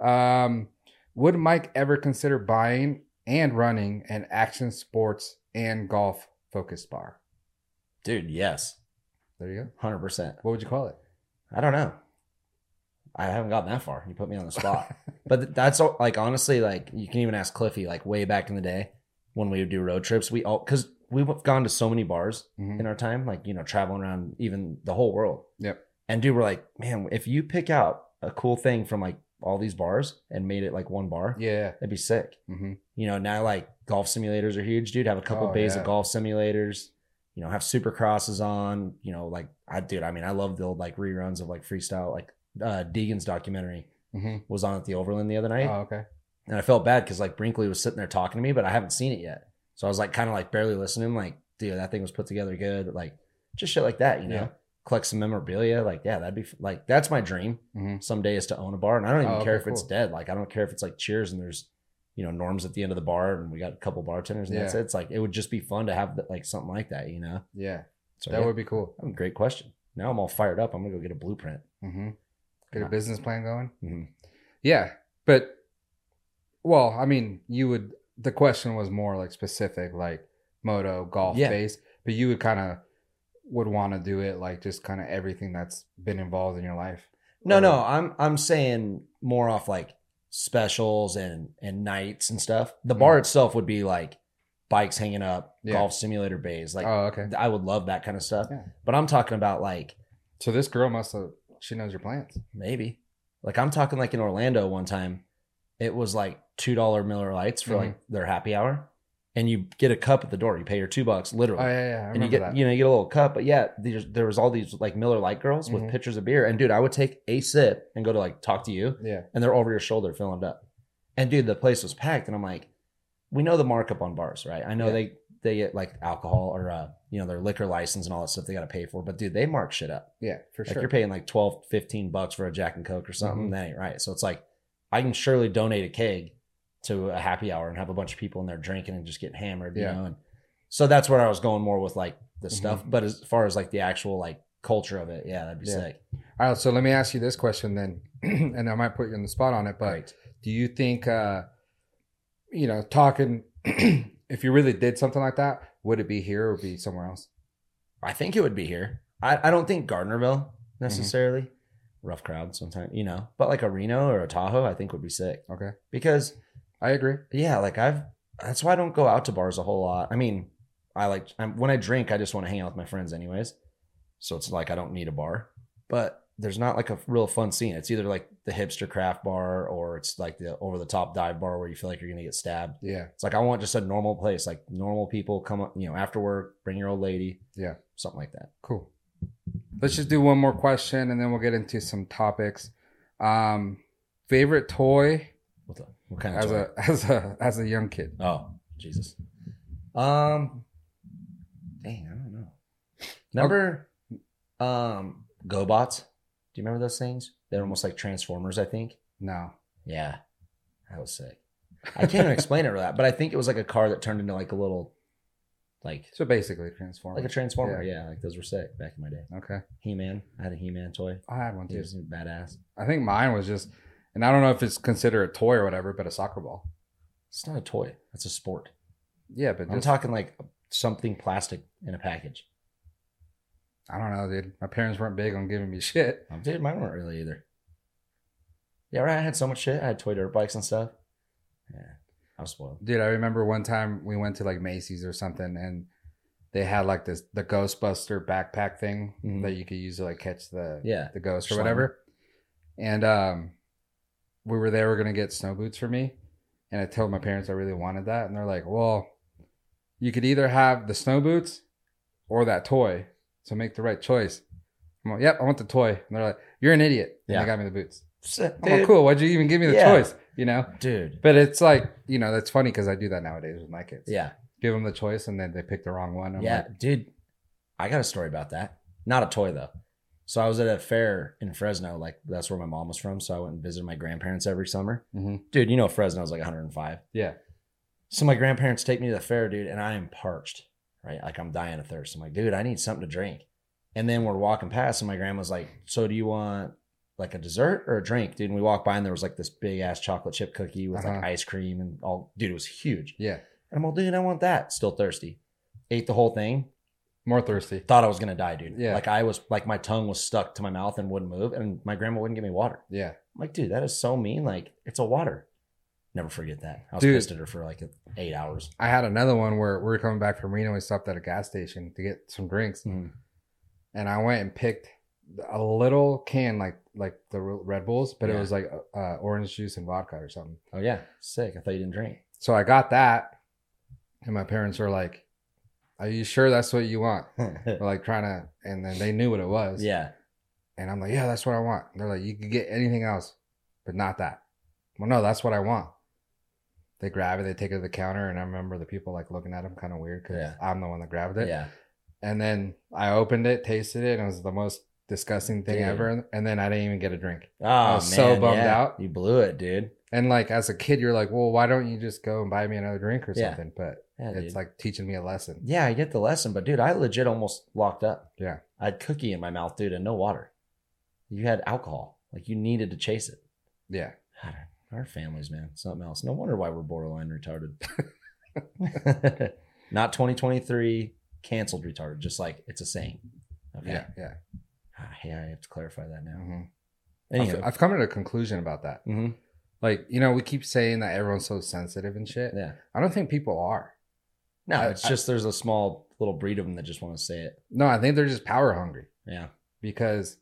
A: Um, would Mike ever consider buying and running an action sports and golf focused bar?
B: Dude, yes,
A: There you go.
B: hundred percent.
A: What would you call it?
B: I don't know. I haven't gotten that far. You put me on the spot, but th- that's all, like honestly, like you can even ask Cliffy. Like way back in the day when we would do road trips, we all because we've gone to so many bars
A: Mhm.
B: in our time, like you know, traveling around even the whole world.
A: Yep.
B: And dude, we're like, man, if you pick out a cool thing from like all these bars and made it like one bar,
A: Yeah.
B: that'd be sick.
A: Mm-hmm.
B: You know, now like golf simulators are huge, dude. Have a couple
A: Oh,
B: bays
A: yeah.
B: of golf simulators. You know, have supercrosses on. You know, like I dude. I mean, I love the old like reruns of like freestyle. Like uh Deegan's documentary
A: Mm-hmm.
B: was on at the Overland the other night,
A: Oh, okay.
B: and I felt bad because like Brinkley was sitting there talking to me, but I haven't seen it yet. So I was like, kind of like barely listening. Like, dude, that thing was put together good. Like, just shit like that. You know,
A: Yeah.
B: collect some memorabilia. Like, yeah, that'd be f- like that's my dream
A: Mm-hmm.
B: someday is to own a bar and i don't even
A: Oh,
B: care
A: okay,
B: if it's
A: cool.
B: dead like i don't care if it's like cheers and there's you know norms at the end of the bar and we got a couple bartenders and that's
A: Yeah.
B: it it's like it would just be fun to have like something like that you know
A: Yeah,
B: so
A: that
B: yeah,
A: would be cool.
B: that's a great question now i'm all fired up i'm gonna go get a blueprint
A: Mm-hmm. Get a
B: Uh,
A: business plan going.
B: Mhm.
A: Yeah, but well, I mean, you would. The question was more like specific, like moto, golf,
B: Yeah.
A: base, but you would kind of would want to do it like just kind of everything that's been involved in your life.
B: no
A: Or-
B: no i'm i'm saying more off like specials and and nights and stuff the bar itself would be like bikes hanging up
A: Mm. Yeah.
B: golf simulator bays like
A: oh, okay.
B: i would love that kind of stuff
A: Yeah.
B: but i'm talking about like
A: So this girl must have. She knows your plans.
B: Maybe. Like I'm talking like in Orlando one time, it was like two dollar Miller Lights for like
A: Mm-hmm.
B: their happy hour, and you get a cup at the door. You pay your two bucks literally,
A: Oh yeah, yeah. I
B: and
A: remember
B: you get
A: that.
B: you know you get a little cup. But yeah, there's, there was all these like Miller Light girls
A: Mhm.
B: with pitchers of beer, and dude, I would take a sip and go to like talk to you,
A: yeah.
B: and they're over your shoulder filling it up. And dude, the place was packed, and I'm like, we know the markup on bars, right? I know
A: Yeah.
B: they they get like alcohol or uh, you know their liquor license and all that stuff they got to pay for. But dude, they mark shit up.
A: Yeah, for
B: Like
A: sure.
B: you're paying like 12, 15 bucks for a Jack and Coke or something.
A: Mhm.
B: That ain't right. So it's like I can surely donate a keg to a happy hour and have a bunch of people in there drinking and just getting hammered.
A: Yeah. Mm-hmm.
B: You know, and so that's where I was going more with like the stuff. But as far as like the actual like culture of it, yeah, that'd be
A: Yeah.
B: sick.
A: All right, so let me ask you this question then, and I might put you on the spot on it, but
B: Right.
A: do you think, uh, you know, talking, if you really did something like that, would it be here or be somewhere else?
B: I think it would be here. I, I don't think Gardnerville necessarily. Rough crowd sometimes, you know, but like a Reno or a Tahoe, I think would be sick
A: Okay,
B: because
A: I agree.
B: yeah, like I've that's why I don't go out to bars a whole lot. I mean, I like I'm, when I drink, I just want to hang out with my friends, anyways. So it's like I don't need a bar, but there's not like a real fun scene. It's either like the hipster craft bar or it's like the over the top dive bar where you feel like you're gonna get stabbed.
A: Yeah,
B: It's like I want just a normal place, like normal people come up, you know, after work, bring your old lady,
A: Yeah.
B: something like that.
A: cool. Let's just do one more question, and then we'll get into some topics. Um, favorite toy
B: What the what kind of
A: as
B: toy?
A: a as a as a young kid?
B: Oh, Jesus. Um Dang, I don't know. Remember um GoBots? Do you remember those things? They're almost like Transformers, I think.
A: No,
B: Yeah. That was sick. I can't even explain it or that, but I think it was like a car that turned into like a little like
A: so basically transform.
B: like a transformer. Yeah, like those were sick back in my day.
A: okay,
B: He Man. I had a He Man toy.
A: I had one
B: He
A: too.
B: was badass.
A: I think mine was just, and I don't know if it's considered a toy or whatever, but a soccer ball.
B: It's not a toy. That's a sport.
A: Yeah, but
B: I'm
A: just,
B: talking like something plastic in a package.
A: I don't know, dude. My parents weren't big on giving me shit.
B: Um, dude, mine weren't really either. Yeah, right. I had so much shit. I had toy dirt bikes and stuff. Yeah, I was spoiled.
A: Dude, I remember one time we went to like Macy's or something and they had like this the Ghostbuster backpack thing
B: Mhm.
A: that you could use to like catch the
B: Yeah,
A: the ghost or
B: Slime.
A: whatever. And um we were there, we are gonna get snow boots for me. And I told my parents I really wanted that, and they're like, Well, you could either have the snow boots or that toy. So make the right choice. I'm like, Yep, I want the toy. And they're like, You're an idiot. And
B: Yeah.
A: they got me the boots.
B: dude,
A: I'm like, cool, why'd you even give me the
B: Yeah.
A: choice? You know?
B: dude.
A: But it's like, you know, that's funny because I do that nowadays with my kids.
B: Yeah,
A: Give them the choice and then they pick the wrong one. I'm
B: yeah,
A: like,
B: dude. I got a story about that. Not a toy though. So I was at a fair in Fresno. Like that's where my mom was from. So I went and visited my grandparents every summer.
A: Mhm.
B: Dude, you know Fresno's like 105.
A: yeah.
B: So my grandparents take me to the fair, dude, and I am parched, right? Like I'm dying of thirst. I'm like, dude, I need something to drink. And then we're walking past, and my grandma's like, so do you want like a dessert or a drink, dude? And we walk by, and there was like this big ass chocolate chip cookie with like
A: Uh-huh.
B: ice cream and all. Dude, it was huge.
A: Yeah.
B: And I'm all, dude, I want that. Still thirsty. Ate the whole thing.
A: More thirsty.
B: Thought I was gonna die, dude.
A: Yeah.
B: Like I was, like my tongue was stuck to my mouth and wouldn't move, and my grandma wouldn't give me water.
A: Yeah.
B: I'm like, dude, that is so mean. Like it's a water. Never forget that. I was
A: Dude.
B: pissed at her for like eight hours.
A: I had another one where we were coming back from Reno. We stopped at a gas station to get some drinks.
B: Mm-hmm.
A: And I went and picked a little can, like like the Red Bulls, but it
B: Yeah.
A: was like uh, orange juice and vodka or something.
B: Oh yeah, sick. I thought you didn't drink.
A: So I got that. And my parents were like, Are you sure that's what you want? We're like trying to, and then they knew what it was.
B: yeah,
A: And I'm like, yeah, that's what I want. And they're like, you could get anything else, but not that. Well, no, that's what I want. They grab it, they take it to the counter, and I remember the people like looking at them kind of weird because
B: Yeah.
A: I'm the one that grabbed it.
B: yeah.
A: And then I opened it, tasted it, and it was the most disgusting thing
B: Dude.
A: ever. And then I didn't even get a drink.
B: Oh,
A: was so bummed out.
B: You blew it, dude.
A: And like as a kid, you're like, well, why don't you just go and buy me another drink or
B: Yeah.
A: something? But
B: Yeah,
A: it's
B: dude.
A: like teaching me a lesson.
B: yeah, I get the lesson, but dude, I legit almost locked up.
A: Yeah.
B: I had cookie in my mouth, dude, and no water. You had alcohol, like you needed to chase it.
A: Yeah.
B: God, our families, man, something else. No wonder why we're borderline retarded. Not 2023 canceled retarded. Just like it's a saying. Okay.
A: Yeah. Yeah.
B: Ah, Hey, I have to clarify that now.
A: hmm
B: Anywho,
A: I've, I've come to a conclusion about that.
B: Mhm.
A: Like, you know, we keep saying that everyone's so sensitive and shit.
B: yeah.
A: I don't think people are.
B: No,
A: I-
B: it's
A: I-
B: just there's a small little breed of them that just want to say it.
A: No, I think they're just power hungry
B: Yeah.
A: because,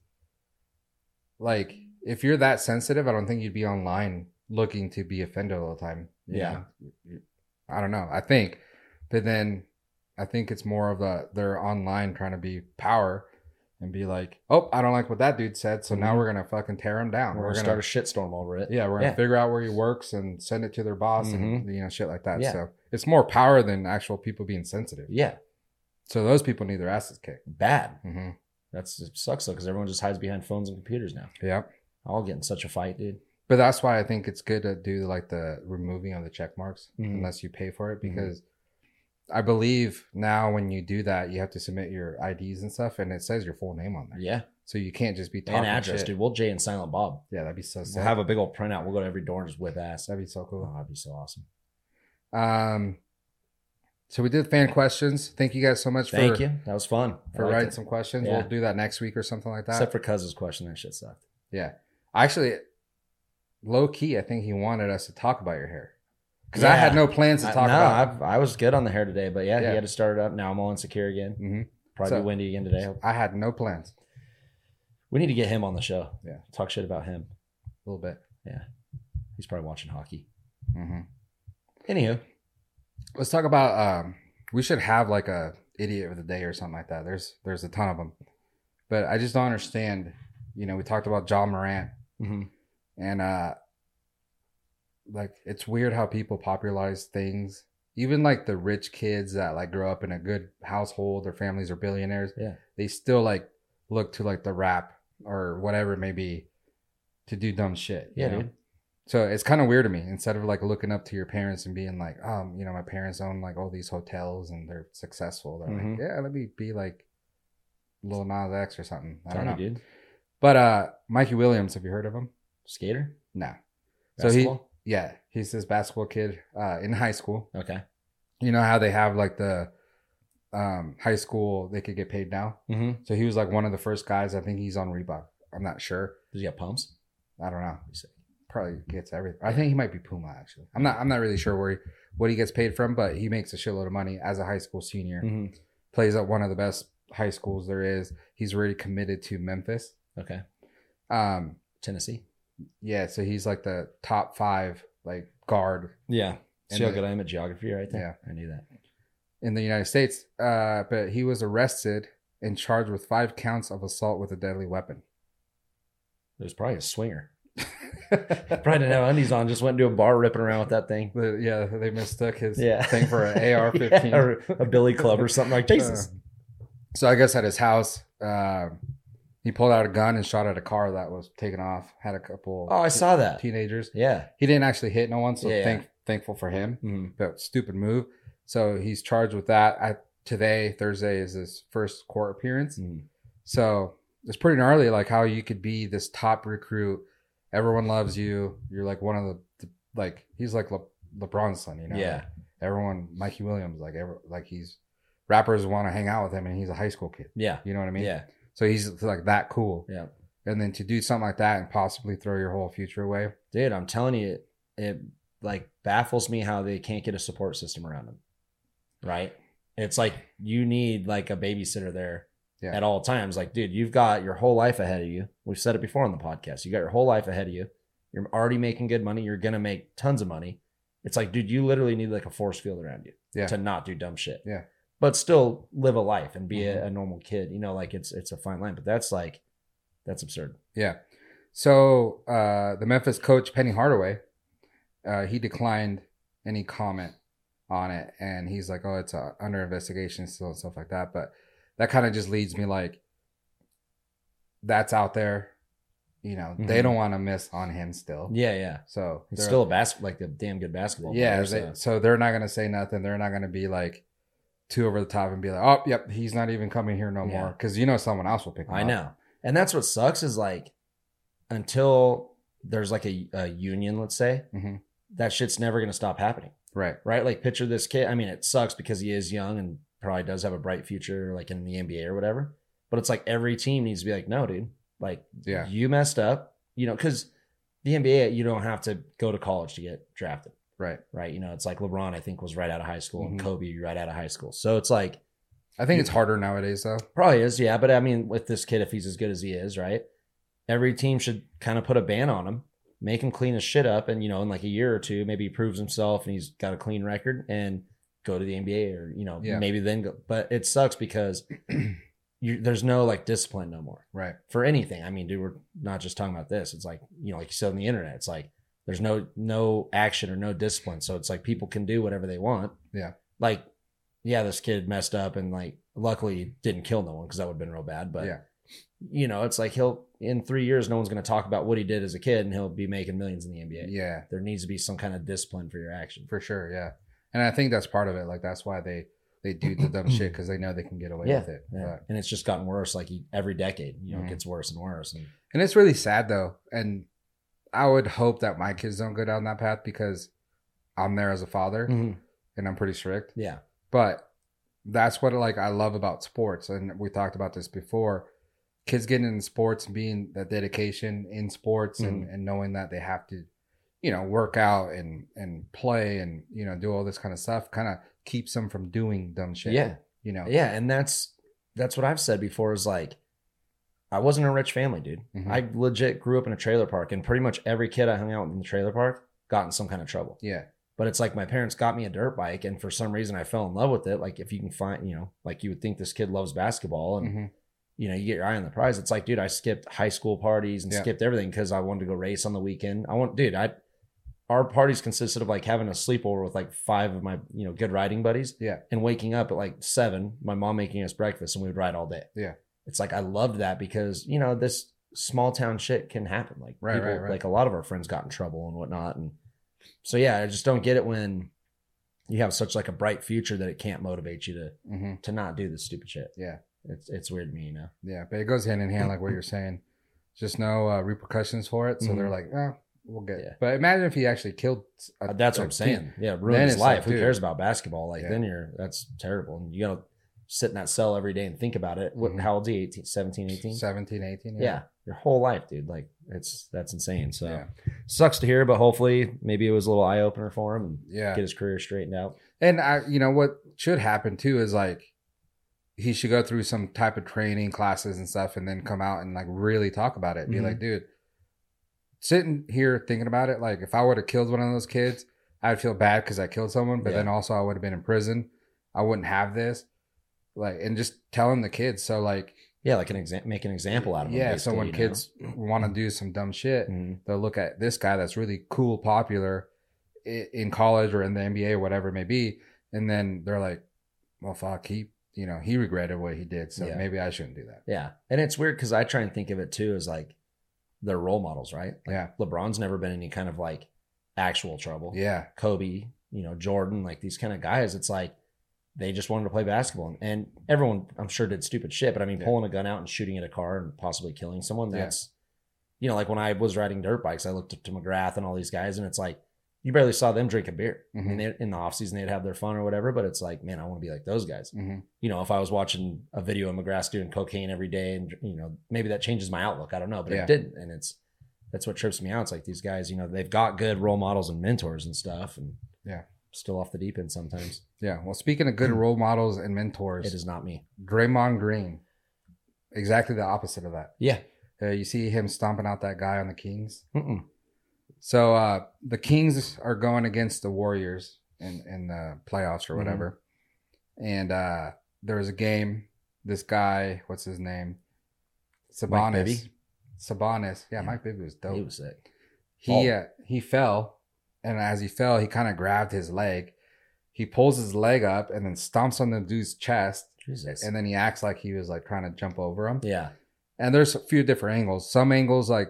A: like, if you're that sensitive, I don't think you'd be online looking to be offended all the time. you
B: Yeah.
A: know? I don't know. I think, but then I think it's more of the they're online trying to be power and be like, "Oh, I don't like what that dude said," so now we're gonna fucking tear him down.
B: Mm-hmm. We're, gonna start a shitstorm over it.
A: yeah, we're gonna
B: Yeah. Mm-hmm.
A: figure out where he works and send it to their boss and you know shit like that.
B: Yeah.
A: So it's more power than actual people being sensitive.
B: Yeah,
A: So those people need their asses kicked.
B: bad.
A: Mm-hmm.
B: That's it sucks though because everyone just hides behind phones and computers now.
A: Yeah,
B: I'll get in such a fight, dude.
A: but that's why I think it's good to do like the removing of the check marks
B: Mhm.
A: unless you pay for it because. I believe now when you do that, you have to submit your IDs and stuff, and it says your full name on there,
B: Yeah,
A: so you can't just be talking
B: and address,
A: shit.
B: dude. We'll Jay and Silent Bob.
A: Yeah, that'd be so sick.
B: We'll have a big old printout. We'll go to every door and just whip ass.
A: that'd be so cool.
B: Oh, that'd be so awesome. Uh-huh.
A: Um, so we did fan questions. Thank you guys so much
B: Thank
A: for
B: you. That was fun. I
A: for
B: liked
A: writing
B: it.
A: some questions.
B: Yeah.
A: We'll do that next week or something like that.
B: Except for Cuz's question, that shit sucked.
A: yeah, actually, low key, I think he wanted us to talk about your hair because I
B: Yeah.
A: had no plans to
B: I,
A: talk
B: no,
A: about.
B: I've, I was good on the hair today, but yeah, Mm-hmm.
A: Yeah.
B: he had to start it up. Now I'm all insecure again.
A: Mhm.
B: Probably
A: So-
B: be windy again today.
A: I had no plans.
B: We need to get him on the show.
A: Yeah.
B: Talk shit about him.
A: A little bit.
B: He's probably watching hockey.
A: hmm
B: Anywho,
A: Let's talk about. Um, we should have like a idiot of the day or something like that. There's there's a ton of them, but I just don't understand. You know, we talked about John Morant
B: Mm-hmm.
A: and uh like it's weird how people popularize things even like the rich kids that like grow up in a good household their families are billionaires
B: Yeah.
A: they still like look to like the rap or whatever it may be to do dumb shit you
B: yeah,
A: know?
B: dude.
A: so it's kind of weird to me instead of like looking up to your parents and being like um you know my parents own like all these hotels and they're successful they're
B: Mhm.
A: like yeah let me be like Lil Nas X or something I
B: Tell
A: don't
B: me,
A: know
B: dude.
A: but uh Mikey Williams have you heard of him
B: Skater?
A: no So he-
B: Basketball?
A: yeah, he's this basketball kid uh, in high school.
B: okay.
A: You know how they have like the um, high school they could get paid now.
B: Mm-hmm.
A: So he was like one of the first guys. I think he's on Reebok. I'm not sure.
B: Does he have pumps?
A: I don't know.
B: Pretty sick.
A: Probably gets everything. I think he might be Puma actually. I'm not. I'm not really sure where he, what he gets paid from, but he makes a shitload of money as a high school senior.
B: Mm-hmm.
A: Plays at one of the best high schools there is. He's already committed to Memphis.
B: Okay.
A: Um,
B: Tennessee?
A: yeah, so he's like the top five like guard
B: Yeah.
A: And
B: See how
A: the-
B: good I am at geography right there? I knew that.
A: in the United States, uh, but he was arrested and charged with five counts of assault with a deadly weapon.
B: There's probably a swinger.
A: But,
B: Probably didn't have undies on, just went into a bar ripping around with that thing.
A: yeah, they mistook his
B: Yeah.
A: thing for an AR 15.
B: Yeah, or a Billy Club or something like Jesus.
A: Um, so I guess at his house, uh, he pulled out a gun and shot at a car that was taken off. Had a couple
B: Oh, I saw that.
A: teenagers.
B: Yeah.
A: He didn't actually hit no one, so
B: Yeah.
A: thank, thankful for him.
B: Mm-hmm.
A: But stupid move. So he's charged with that. I, today, Thursday, is his first court appearance. So it's pretty gnarly, like how you could be this top recruit. Everyone loves you. You're like one of the, the- like he's like Le, LeBron's son, you know.
B: Yeah.
A: Everyone, Mikey Williams, like ever, like he's rappers want to hang out with him, and he's a high school kid.
B: Yeah.
A: You know what I mean?
B: yeah.
A: So he's like that cool.
B: Yeah.
A: And then to do something like that and possibly throw your whole future away.
B: Dude, I'm telling you, it, it like baffles me how they can't get a support system around them. Right? It's like you need like a babysitter there
A: Yeah.
B: at all times. Like, dude, you've got your whole life ahead of you. We've said it before on the podcast. You got your whole life ahead of you. You're already making good money. You're gonna make tons of money. It's like, dude, you literally need like a force field around you
A: Yeah.
B: to not do dumb shit.
A: Yeah. Mm-hmm.
B: But still live a life and be a, a normal kid. You know, like it's it's a fine line. But that's like that's absurd.
A: Yeah. So uh, the Memphis coach Penny Hardaway, uh, he declined any comment on it, and he's like, "Oh, it's uh, under investigation still and stuff like that." But that kind of just leads me like, that's out there. You know, they
B: Mhm.
A: don't want to miss on him still.
B: Yeah, yeah.
A: So
B: He's
A: they're-
B: still a bas- like a damn good basketball
A: yeah.
B: player.
A: They,
B: so-
A: so they're not gonna say nothing. They're not gonna be like too over the top and be like, "Oh, yep, he's not even coming here no
B: Yeah.
A: more," because you know someone else will pick him
B: I
A: up.
B: know. And that's what sucks is like until there's like a, a union, let's say,
A: Mhm.
B: that shit's never going to stop happening.
A: Right.
B: Right. Like picture this kid. I mean, it sucks because he is young and probably does have a bright future like in the NBA or whatever. But it's like every team needs to be like, no, dude, like
A: Yeah.
B: you messed up, you know, because the NBA, you don't have to go to college to get drafted.
A: Right.
B: Right. You know, it's like LeBron, I think, was right out of high school and
A: Mhm.
B: Kobe right out of high school. So it's like,
A: I think it's harder nowadays though.
B: Probably is, yeah. But I mean, with this kid, if he's as good as he is, right? Every team should kind of put a ban on him, make him clean his shit up, and you know, in like a year or two, maybe he proves himself and he's got a clean record and go to the NBA or you know,
A: Yeah.
B: maybe then go. But it sucks because you, there's no like discipline no more
A: Right.
B: for anything. I mean, dude, we're not just talking about this. It's like, you know, like you said on the internet, it's like there's no no action or no discipline. So it's like people can do whatever they want.
A: Yeah.
B: Like, yeah, this kid messed up and like luckily didn't kill no one because that would have been real bad. But
A: Yeah.
B: you know, it's like he'll in three years no one's gonna talk about what he did as a kid and he'll be making millions in the
A: Yeah.
B: NBA. There needs to be some kind of discipline for your action.
A: For sure. Yeah. And I think that's part of it. Like that's why they they do the dumb shit because they know they can get away with it.
B: Yeah.
A: But-
B: And it's just gotten worse like e, every decade, you know,
A: Mhm.
B: it gets worse and worse. And
A: and it's really sad though. And I would hope that my kids don't go down that path because I'm there as a father
B: Mm.
A: and I'm pretty strict.
B: yeah.
A: But that's what like I love about sports, and we talked about this before. Kids getting in sports and being that dedication in sports and,
B: Mm-hmm.
A: and knowing that they have to, you know, work out and and play and you know do all this kind of stuff kind of keeps them from doing dumb shit.
B: Yeah.
A: you know.
B: Yeah, and that's that's what I've said before is like I wasn't in a rich family, dude.
A: Mhm.
B: I legit grew up in a trailer park and pretty much every kid I hung out with in the trailer park got in some kind of trouble.
A: yeah,
B: But it's like my parents got me a dirt bike and for some reason I fell in love with it. Like if you can find, you know, like you would think this kid loves basketball and
A: Mhm.
B: you know, you get your eye on the prize. It's like, dude, I skipped high school parties and
A: Yeah.
B: skipped everything because I wanted to go race on the weekend. I want, dude, I, our parties consisted of like having a sleepover with like five of my, you know, good riding buddies.
A: Yeah.
B: And waking up at like seven, my mom making us breakfast and we would ride all day.
A: Yeah.
B: It's like, I loved that because, you know, this small town shit can happen. Like,
A: Right, right, right.
B: like a lot of our friends got in trouble and whatnot. And so, yeah, I just don't get it when you have such like a bright future that it can't motivate you to,
A: hmm
B: to not do this stupid shit.
A: Yeah.
B: It's, it's weird to me, you know?
A: yeah. But it goes hand in hand, like what you're saying. Just no uh, repercussions for it, so
B: Mhm.
A: they're like, oh, we'll get.
B: Yeah. Uh,
A: But imagine if he actually killed. a-
B: That's
A: a
B: what I'm
A: kid.
B: saying. Yeah,
A: Then
B: ruin his
A: it's like,
B: life. Who
A: dude.
B: cares about basketball? Like
A: Yeah.
B: then you're that's terrible. And you gotta sit in that cell every day and think about it. What
A: Mhm.
B: how old is he? 18, 17, 18?
A: 17, 18.
B: yeah. Your whole life, dude. Like it's that's insane. So
A: Yeah.
B: sucks to hear, but hopefully maybe it was a little eye opener for him and
A: yeah.
B: get his career straightened out.
A: And I, you know, what should happen too is like he should go through some type of training classes and stuff, and then come out and like really talk about it. Be
B: Mhm.
A: like, dude, sitting here thinking about it, like if I would have killed one of those kids, I'd feel bad because I killed someone, but
B: Yeah.
A: then also I would have been in prison. I wouldn't have this, like, and just telling the kids. So like,
B: Yeah, like an example make an example out of him.
A: yeah. So
B: basically,
A: when
B: you know?
A: kids want to do some dumb shit,
B: Mhm.
A: they'll look at this guy that's really cool, popular i- in college or in the NBA, whatever it may be, and then they're like, "Well, fuck, he, you know, he regretted what he did, so
B: Yeah.
A: maybe I shouldn't do that."
B: Yeah. And it's weird because I try and think of it too as like their role models, right?
A: Yeah,
B: LeBron's never been in any kind of like actual trouble.
A: yeah,
B: Kobe, you know, Jordan, like these kind of guys, it's like they just wanted to play basketball. And, and everyone, I'm sure, did stupid shit. But I mean,
A: Yeah.
B: pulling a gun out and shooting at a car and possibly killing someone,
A: Yeah.
B: that's, you know, like when I was riding dirt bikes, I looked up to McGrath and all these guys, and it's like, you barely saw them drink a beer. I
A: mm-hmm,
B: mean, they, in the off season, they'd have their fun or whatever, but it's like, man, I want to be like those guys.
A: hmm
B: You know, if I was watching a video of McGrath doing cocaine every day, and you know, maybe that changes my outlook. I don't know, but
A: Yeah.
B: it didn't, and it's that's what trips me out. It's like these guys, you know, they've got good role models and mentors and stuff, and
A: Yeah.
B: still off the deep end sometimes.
A: yeah. Well, speaking of good role models and mentors,
B: It is not me.
A: Draymond Green, exactly the opposite of that.
B: Yeah,
A: Uh, you see him stomping out that guy on the Kings.
B: Mm-mm.
A: So uh, the Kings are going against the Warriors in in the playoffs
B: Mm-hmm.
A: or whatever. And uh, there was a game. This guy, what's his name?
B: Mike
A: Sabonis.
B: Bibby?
A: Sabonis. Yeah,
B: Yeah.
A: Mike Bibby was dope.
B: he was sick.
A: He uh, he fell, and as he fell, he kind of grabbed his leg. He pulls his leg up and then stomps on the dude's chest,
B: Jesus.
A: and then he acts like he was like trying to jump over him.
B: yeah,
A: And there's a few different angles. Some angles, like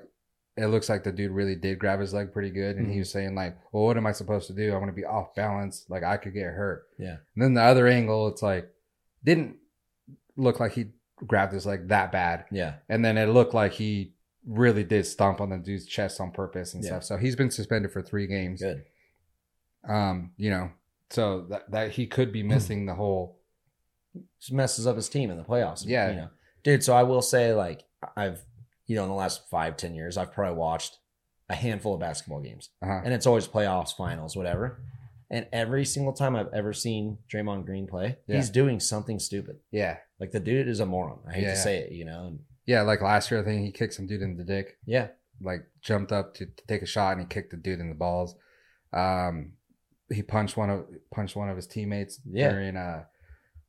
A: it looks like the dude really did grab his leg pretty good, and he
B: Mhm.
A: was saying like, "Well, what am I supposed to do? I'm gonna be off balance. Like I could get hurt."
B: Yeah.
A: And then the other angle, it's like didn't look like he grabbed his leg that bad,
B: yeah,
A: and then it looked like he really did stomp on the dude's chest on purpose and
B: Yeah.
A: stuff. So he's been suspended for three games.
B: good.
A: Um, you know, so that that he could be missing the whole.
B: Just messes up his team in the playoffs.
A: Yeah.
B: you know, dude. So I will say, like, I've you know, in the last five ten years, I've probably watched a handful of basketball games.
A: Uh-huh.
B: and it's always playoffs, finals, whatever. And every single time I've ever seen Draymond Green play,
A: Yeah.
B: he's doing something stupid.
A: Yeah.
B: Like the dude is a moron. I hate
A: Yeah.
B: to say it, you know. And
A: Yeah. Like last year, I think he kicked some dude in the dick.
B: yeah,
A: like jumped up to, to take a shot and he kicked the dude in the balls. Um, he punched one of punched one of his teammates
B: Yeah.
A: during uh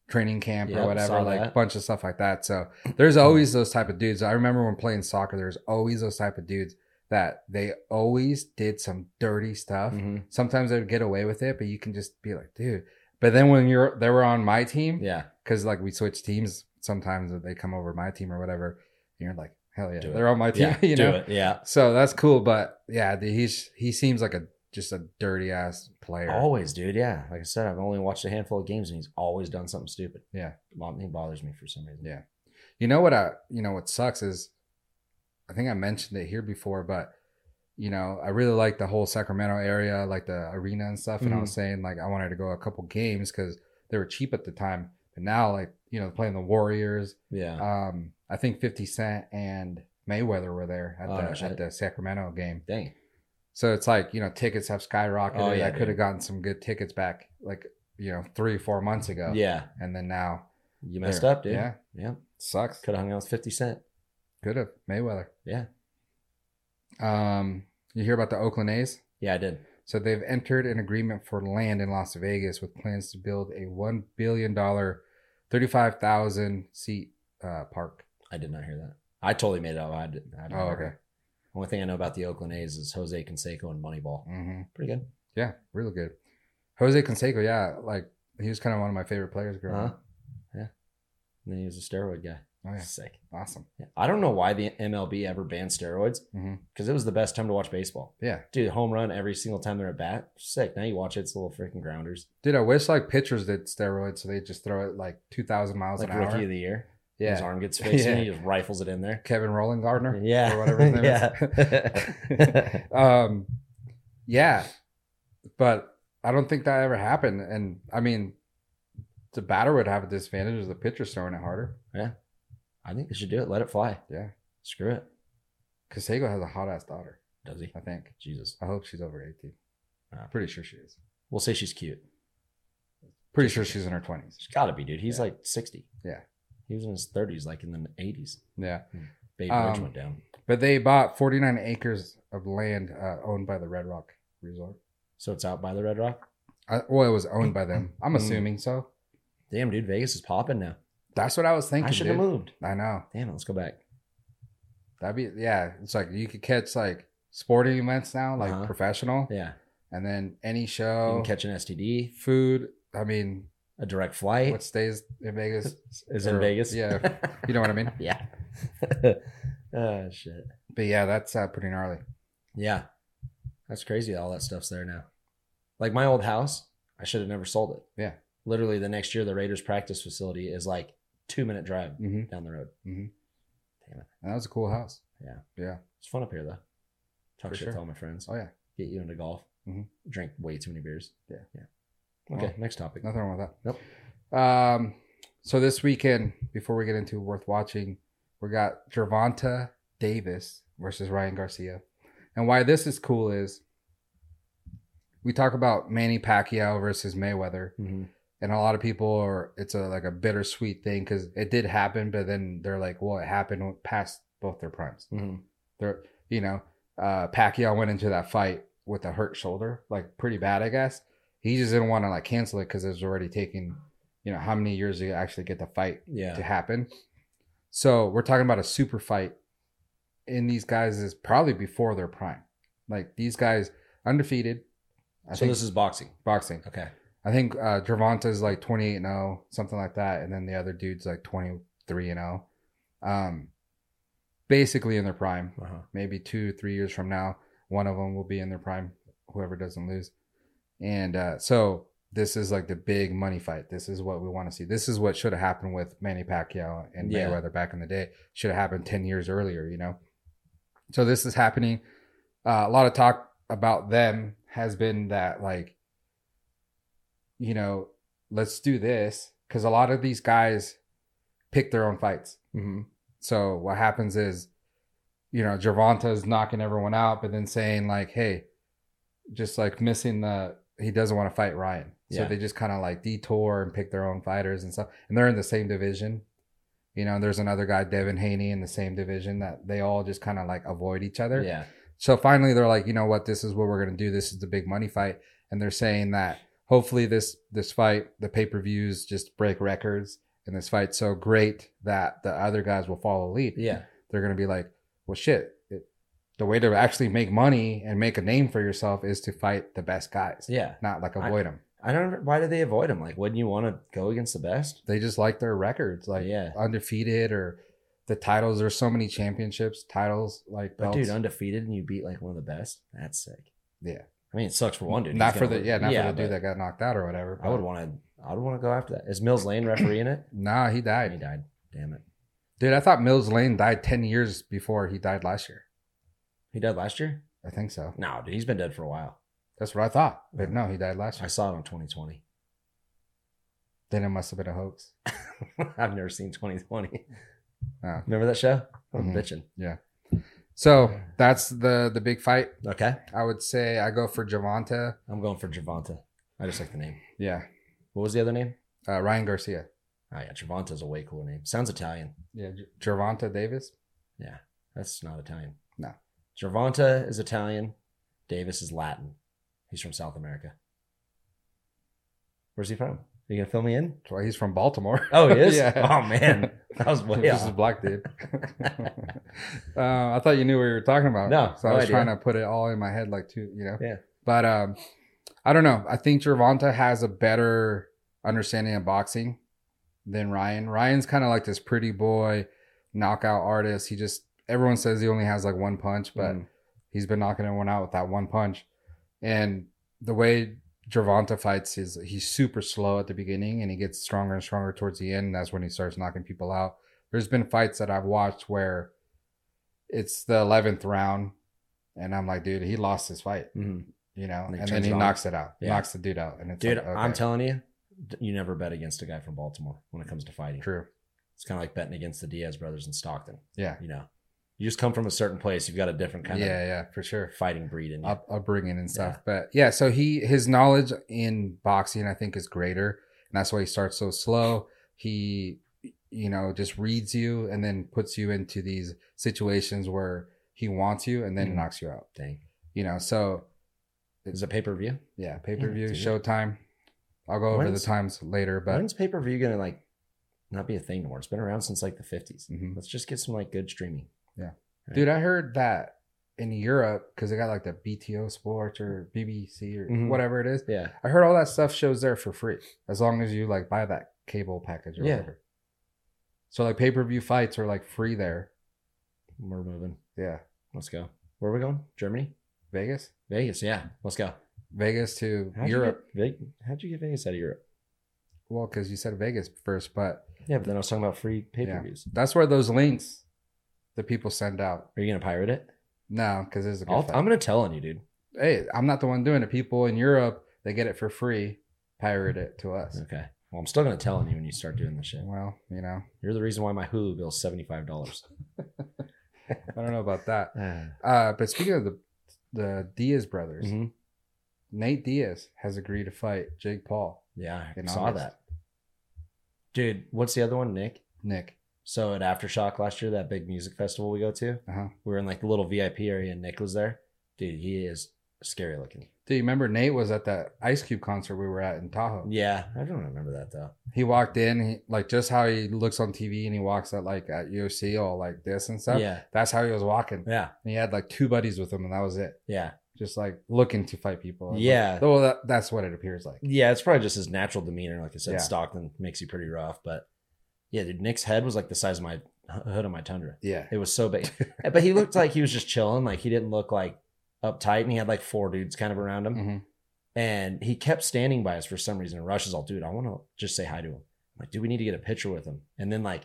A: training camp
B: Yep,
A: or
B: saw
A: whatever, like a
B: that.
A: bunch of stuff like that. So there's always those type of dudes. I remember when playing soccer, there's always those type of dudes that they always did some dirty stuff.
B: Mhm.
A: Sometimes they would get away with it, but you can just be like, dude. But then when you're they were on my team,
B: Yeah.
A: because like we switch teams sometimes they come over to my team or whatever, and you're like, hell yeah,
B: Do it.
A: they're on my team,
B: Yeah.
A: you know.
B: Do it. Yeah.
A: So that's cool, but yeah, the, he's he seems like a just a dirty ass player.
B: Always, dude. Yeah. Like I said, I've only watched a handful of games and he's always done something stupid.
A: Yeah.
B: Mom, he bothers me for some reason.
A: Yeah. You know what I you know what sucks is I think I mentioned it here before, but you know, I really like the whole Sacramento area, like the arena and stuff. And I
B: Mhm.
A: was saying like I wanted to go a couple games because they were cheap at the time. But now like, you know, playing the Warriors,
B: Yeah.
A: um, I think fifty Cent and Mayweather were there at
B: Oh, no
A: the
B: shit.
A: at the Sacramento game.
B: Dang.
A: So it's like, you know, tickets have skyrocketed.
B: Oh, yeah,
A: I could
B: dude.
A: have gotten some good tickets back like, you know, three, four months ago.
B: Yeah.
A: And then now
B: You messed
A: There.
B: up, dude.
A: Yeah.
B: Yeah.
A: sucks.
B: Could have hung out with 50 Cent.
A: Could have Mayweather.
B: Yeah.
A: Um, you hear about the Oakland A's?
B: Yeah, I did.
A: So they've entered an agreement for land in Las Vegas with plans to build a one billion dollar, thirty five thousand seat uh, park.
B: I did not hear that. I totally made it up. I did. I don't
A: Oh,
B: remember.
A: okay.
B: Only thing I know about the Oakland A's is Jose Canseco and Moneyball.
A: hmm
B: Pretty good.
A: Yeah, really good. Jose Canseco, yeah, like he was kind of one of my favorite players growing
B: Uh-huh.
A: up.
B: Yeah. And then he was a steroid guy.
A: Oh yeah,
B: Sick.
A: awesome.
B: Yeah. I don't know why the MLB ever banned steroids because
A: Mhm.
B: it was the best time to watch baseball.
A: Yeah.
B: Dude, home run every single time they're at bat. Sick. Now you watch it, it's little freaking grounders.
A: Dude, I wish like pitchers did steroids, so they just throw it like two thousand miles
B: Like
A: an
B: rookie
A: hour.
B: of the year.
A: yeah,
B: His arm gets fixed and
A: Yeah.
B: he just rifles it in there.
A: Kevin Rowland Gardner.
B: Yeah.
A: Or whatever his name
B: yeah.
A: um yeah but i don't think that ever happened and i mean the batter would have a disadvantage as the pitcher's throwing it harder
B: I think they should do it. Let it fly.
A: yeah
B: Screw it.
A: Casego has a hot ass daughter
B: Does he?
A: i think
B: Jesus.
A: i hope she's over 18
B: Wow.
A: pretty sure she is
B: We'll say she's cute.
A: pretty sure she's in her 20s
B: She's got to be, dude. He's
A: Yeah.
B: like 60.
A: Yeah.
B: He was in his 30s, like in the 80s.
A: yeah
B: Baby Ridge
A: Um,
B: went down.
A: but they bought 49 acres of land uh, owned by the red rock resort
B: So it's out by the Red Rock.
A: I, well it was owned by them i'm
B: Mm.
A: assuming so
B: Damn, dude. Vegas is popping now.
A: that's what i was
B: I
A: thinking
B: should have
A: dude.
B: moved.
A: i know
B: Damn, let's go back.
A: that'd be yeah it's like you could catch like sporting events now like
B: Uh-huh.
A: professional
B: Yeah.
A: and then any
B: You
A: show,
B: can catch an STD,
A: food. I mean,
B: a direct flight.
A: what stays in Vegas?
B: is in
A: or-
B: Vegas.
A: yeah. You know what I mean?
B: yeah. oh, shit.
A: But yeah, that's uh, pretty gnarly.
B: Yeah. That's crazy. that All that stuff's there now. Like my old house, I should have never sold it.
A: Yeah.
B: Literally the next year, the Raiders practice facility is like two minute drive
A: Mm-hmm.
B: down the road.
A: And that was a cool house.
B: It's fun up here though. Talk
A: For
B: shit
A: sure.
B: to all my friends.
A: Oh yeah,
B: Get you into golf.
A: Mhm.
B: Drink way too many beers.
A: Yeah.
B: Yeah. Okay.
A: Well,
B: next topic.
A: nothing wrong with that. Nope. Um, so this weekend, before we get into worth watching, we got Gervonta Davis versus Ryan Garcia, and why this is cool is we talk about Manny Pacquiao versus Mayweather.
B: Mhm.
A: and a lot of people are it's a like a bittersweet thing because it did happen but then they're like well it happened past both their primes
B: Mhm.
A: they're you know uh pacquiao went into that fight with a hurt shoulder like pretty bad i guess he just didn't want to like cancel it because it was already taking you know how many years to actually get the fight to
B: Yeah.
A: happen so we're talking about a super fight and these guys is probably before their prime like these guys undefeated i
B: so
A: think
B: this is boxing.
A: boxing
B: Okay.
A: I think uh Gervonta's like 28 and 0, something like that, and then the other dude's like 23 and 0. Um basically in their prime.
B: Uh-huh.
A: Maybe 2 3 years from now, one of them will be in their prime, whoever doesn't lose. And uh so this is like the big money fight. This is what we want to see. This is what should have happened with Manny Pacquiao and
B: Yeah.
A: Mayweather back in the day. Should have happened 10 years earlier, you know. So this is happening. Uh, a lot of talk about them has been that like you know, let's do this because a lot of these guys pick their own fights.
B: Mm-hmm.
A: So what happens is, you know, Gervonta's knocking everyone out, but then saying like, "Hey, just like missing the he doesn't want to fight Ryan." So
B: Yeah.
A: they just kind of like detour and pick their own fighters and stuff, and they're in the same division. You know, and there's another guy, Devin Haney, in the same division that they all just kind of like avoid each other.
B: Yeah.
A: So finally, they're like, you know what? This is what we're going to do. This is the big money fight. And they're saying that hopefully this this fight, the pay per views just break records, and this fight's so great that the other guys will follow lead.
B: Yeah.
A: They're gonna be like, well, shit. It, the way to actually make money and make a name for yourself is to fight the best guys,
B: Yeah.
A: not like
B: I-
A: avoid them.
B: I don't. Why did they avoid him? Like, wouldn't you want to go against the best?
A: They just like their records, like
B: Yeah.
A: undefeated or the titles. There's so many championships, titles, like
B: But
A: belts.
B: dude, undefeated and you beat like one of the best. That's sick.
A: Yeah.
B: I mean, it sucks for one dude.
A: not
B: He's
A: for
B: gonna
A: the
B: lose.
A: yeah, not for the
B: but Uh,
A: dude that got knocked out or whatever.
B: I
A: but-
B: would want to. I would want to go after that. Is Mills Lane refereeing it?
A: Nah, he
B: He
A: died.
B: died. Damn it.
A: Dude, I thought Mills Lane died 10 years before he died last year.
B: He died last year.
A: I think so.
B: No, dude, he's been dead for a while.
A: That's what I thought. But no, he died last
B: I
A: year.
B: saw it on 2020.
A: Then it must have been a hoax.
B: I've never seen 2020.
A: Oh.
B: Remember that show? I'm
A: Mhm.
B: bitching.
A: So that's the the big fight.
B: Okay,
A: I would say I go for Javante.
B: I'm going for Javante. I just like the name.
A: Yeah.
B: What was the other name?
A: Uh, Ryan Garcia.
B: Oh yeah, Travanta's a way cooler name. Sounds Italian.
A: Yeah. Javante Davis.
B: Yeah, that's not Italian.
A: No.
B: Gervonta is Italian. Davis is Latin. He's from South America. Where's he from? Are you gonna fill me in?
A: Well, He's from Baltimore.
B: Oh, he is.
A: Yeah.
B: Oh man, that was way
A: this is
B: off.
A: black dude. uh, I thought you knew what you were talking about.
B: No,
A: so I
B: no
A: was
B: idea.
A: trying to put it all in my head, like two, you know.
B: Yeah.
A: But um, I don't know. I think Gervonta has a better understanding of boxing than Ryan. Ryan's kind of like this pretty boy knockout artist. He just everyone says he only has like one punch, but
B: Mm.
A: he's been knocking everyone out with that one punch. And the way Gervonta fights is he's super slow at the beginning and he gets stronger and stronger towards the end. That's when he starts knocking people out. There's been fights that I've watched where it's the 11th round and I'm like, dude, he lost his fight,
B: Mhm.
A: you know? And,
B: And he
A: then
B: turns
A: he
B: it on.
A: knocks it out,
B: Yeah.
A: knocks the dude out. And it's
B: dude,
A: like,
B: I'm
A: okay,
B: telling you, d- you never bet against a guy from Baltimore when it comes to fighting.
A: True.
B: It's kind of like betting against the Diaz brothers in Stockton.
A: Yeah.
B: You know, you just come from a certain place. You've got a different kind
A: Yeah, yeah, for sure.
B: of fighting breed in you.
A: up, upbringing and stuff.
B: Yeah.
A: But yeah, so he his knowledge in boxing I think is greater, and that's why he starts so slow. He you know just reads you and then puts you into these situations where he wants you and then
B: Mhm.
A: knocks you out.
B: Dang,
A: You know, so
B: is it pay per view?
A: yeah, pay per view,
B: dude.
A: Showtime. I'll go over the
B: When's-
A: times later, but
B: When's pay per view gonna like not be a thing anymore? It's been around since like the 50s.
A: Mhm.
B: Let's just get some like good streaming.
A: dude, I heard that in Europe because they got like the BTO Sports or BBC or
B: Mhm.
A: whatever it is.
B: Yeah,
A: I heard all that stuff shows there for free as long as you like buy that cable package or
B: Yeah.
A: whatever. So like pay per view fights are like free there.
B: we're moving.
A: Yeah,
B: Let's go. Where are we going? Germany,
A: Vegas,
B: Vegas. Yeah, let's go.
A: Vegas to
B: How'd you
A: Europe.
B: get Ve- how'd you get Vegas out of Europe?
A: Well, because you said Vegas first, but
B: Yeah, but then I was talking about free pay per views.
A: that's where those links the people send out.
B: Are you gonna pirate it?
A: No, because it's a good
B: I'll,
A: fight.
B: I'm gonna tell on you, dude.
A: hey, I'm not the one doing it. People in Europe they get it for free, pirate it to us.
B: Okay. Well, I'm still gonna tell on you when you start doing this shit.
A: Well, you know,
B: You're the reason why my Hulu bill's seventy five dollars.
A: I don't know about that. Uh, but speaking of the the Diaz brothers,
B: Mm-hmm.
A: Nate Diaz has agreed to fight Jake Paul.
B: Yeah, I
A: In
B: saw
A: August.
B: that. Dude, what's the other one, Nick?
A: Nick,
B: So at Aftershock last year, that big music festival we go to,
A: Uh-huh.
B: we were in like the little VIP area, and Nick was there. Dude, he is scary looking.
A: Do you remember Nate was at that Ice Cube concert we were at in Tahoe?
B: Yeah, I don't remember that though.
A: He walked in, he, like just how he looks on TV, and he walks at like at UFC all like this and stuff.
B: yeah,
A: That's how he was walking.
B: yeah,
A: And he had like two buddies with him, and that was it.
B: yeah,
A: Just like looking to fight people. And,
B: Yeah.
A: like, well, that, that's what it appears like.
B: yeah. It's probably just his natural demeanor. Like I said,
A: Yeah.
B: Stockton makes you pretty rough, but yeah, dude, Nick's head was like the size of my hood of my Tundra.
A: Yeah.
B: It was so big, but he looked like he was just chilling. Like he didn't look like uptight, and he had like four dudes kind of around him.
A: hmm
B: and he kept standing by us for some reason. And Rush is all, dude, I want to just say hi to him. I'm like, dude, we need to get a picture with him. And then like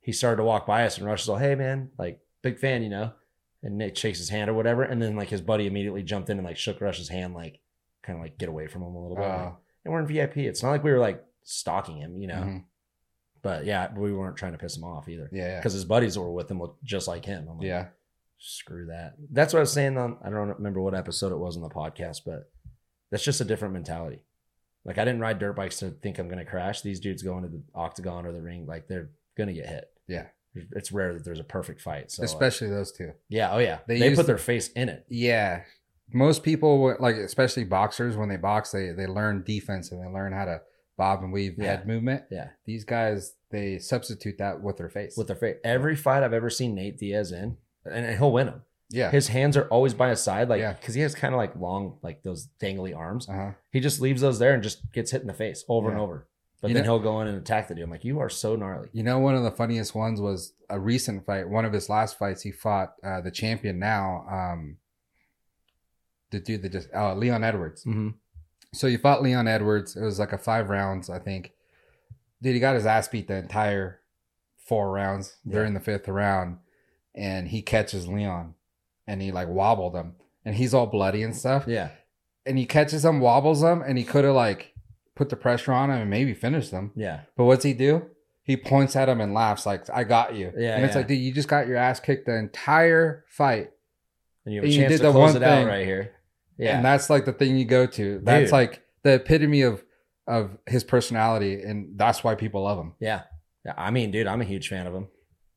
B: he started to walk by us, and Rush is all, hey man, like big fan, you know. And Nick shakes his hand or whatever, and then like his buddy immediately jumped in and like shook Rush's hand, like kind of like get away from him a little bit.
A: Uh,
B: like, and we're in VIP. It's not like we were like stalking him, you know.
A: mhm.
B: But yeah, we weren't trying to piss him off either
A: Yeah. Yeah.
B: because his buddies that were with him looked just like him. I'm like,
A: yeah.
B: screw that. That's what I was saying on I don't remember what episode it was on the podcast, but that's just a different mentality. Like I didn't ride dirt bikes to think I'm gonna crash. These dudes go into the octagon or the ring, like they're gonna get hit.
A: Yeah.
B: It's rare that there's a perfect fight. So uh,
A: Especially those two.
B: yeah, oh yeah.
A: They
B: They,
A: use-
B: put their face in it.
A: Yeah. most people would- like especially boxers when they box they they learn defense and they learn how to bob and weave
B: Yeah.
A: head movement
B: Yeah.
A: these guys they substitute that with their face
B: with their face. Every fight I've ever seen Nate Diaz in, and he'll win them.
A: yeah
B: His hands are always by his side, like
A: Yeah.
B: because he has kind of like long, like those dangly arms.
A: uh-huh.
B: He just leaves those there and just gets hit in the face over and
A: Yeah.
B: over. But
A: You
B: then
A: know-
B: he'll go in and attack the dude. I'm like, you are so gnarly.
A: you know one of the funniest ones was a recent fight one of his last fights he fought uh the champion now um the dude that just uh, leon edwards
B: Mm-hmm.
A: So you fought Leon Edwards. It was like a five rounds, I think. Dude, he got his ass beat the entire four rounds. They're
B: Yeah.
A: in the fifth round, and he catches Leon, and he like wobbled him, and he's all bloody and stuff.
B: Yeah,
A: And he catches him, wobbles him, and he could have like put the pressure on him and maybe finished him.
B: yeah,
A: But what's he do? He points at him and laughs like, "I got you."
B: Yeah,
A: and it's
B: yeah.
A: like, dude, you just got your ass kicked the entire fight.
B: and you have a
A: And you
B: chance
A: did
B: to
A: that
B: close
A: one
B: it out
A: thing.
B: right here. Yeah,
A: And that's like the thing you go to. That's
B: Dude.
A: like the epitome of of his personality, and that's why people love him.
B: yeah, yeah. I mean, dude, I'm a huge fan of him,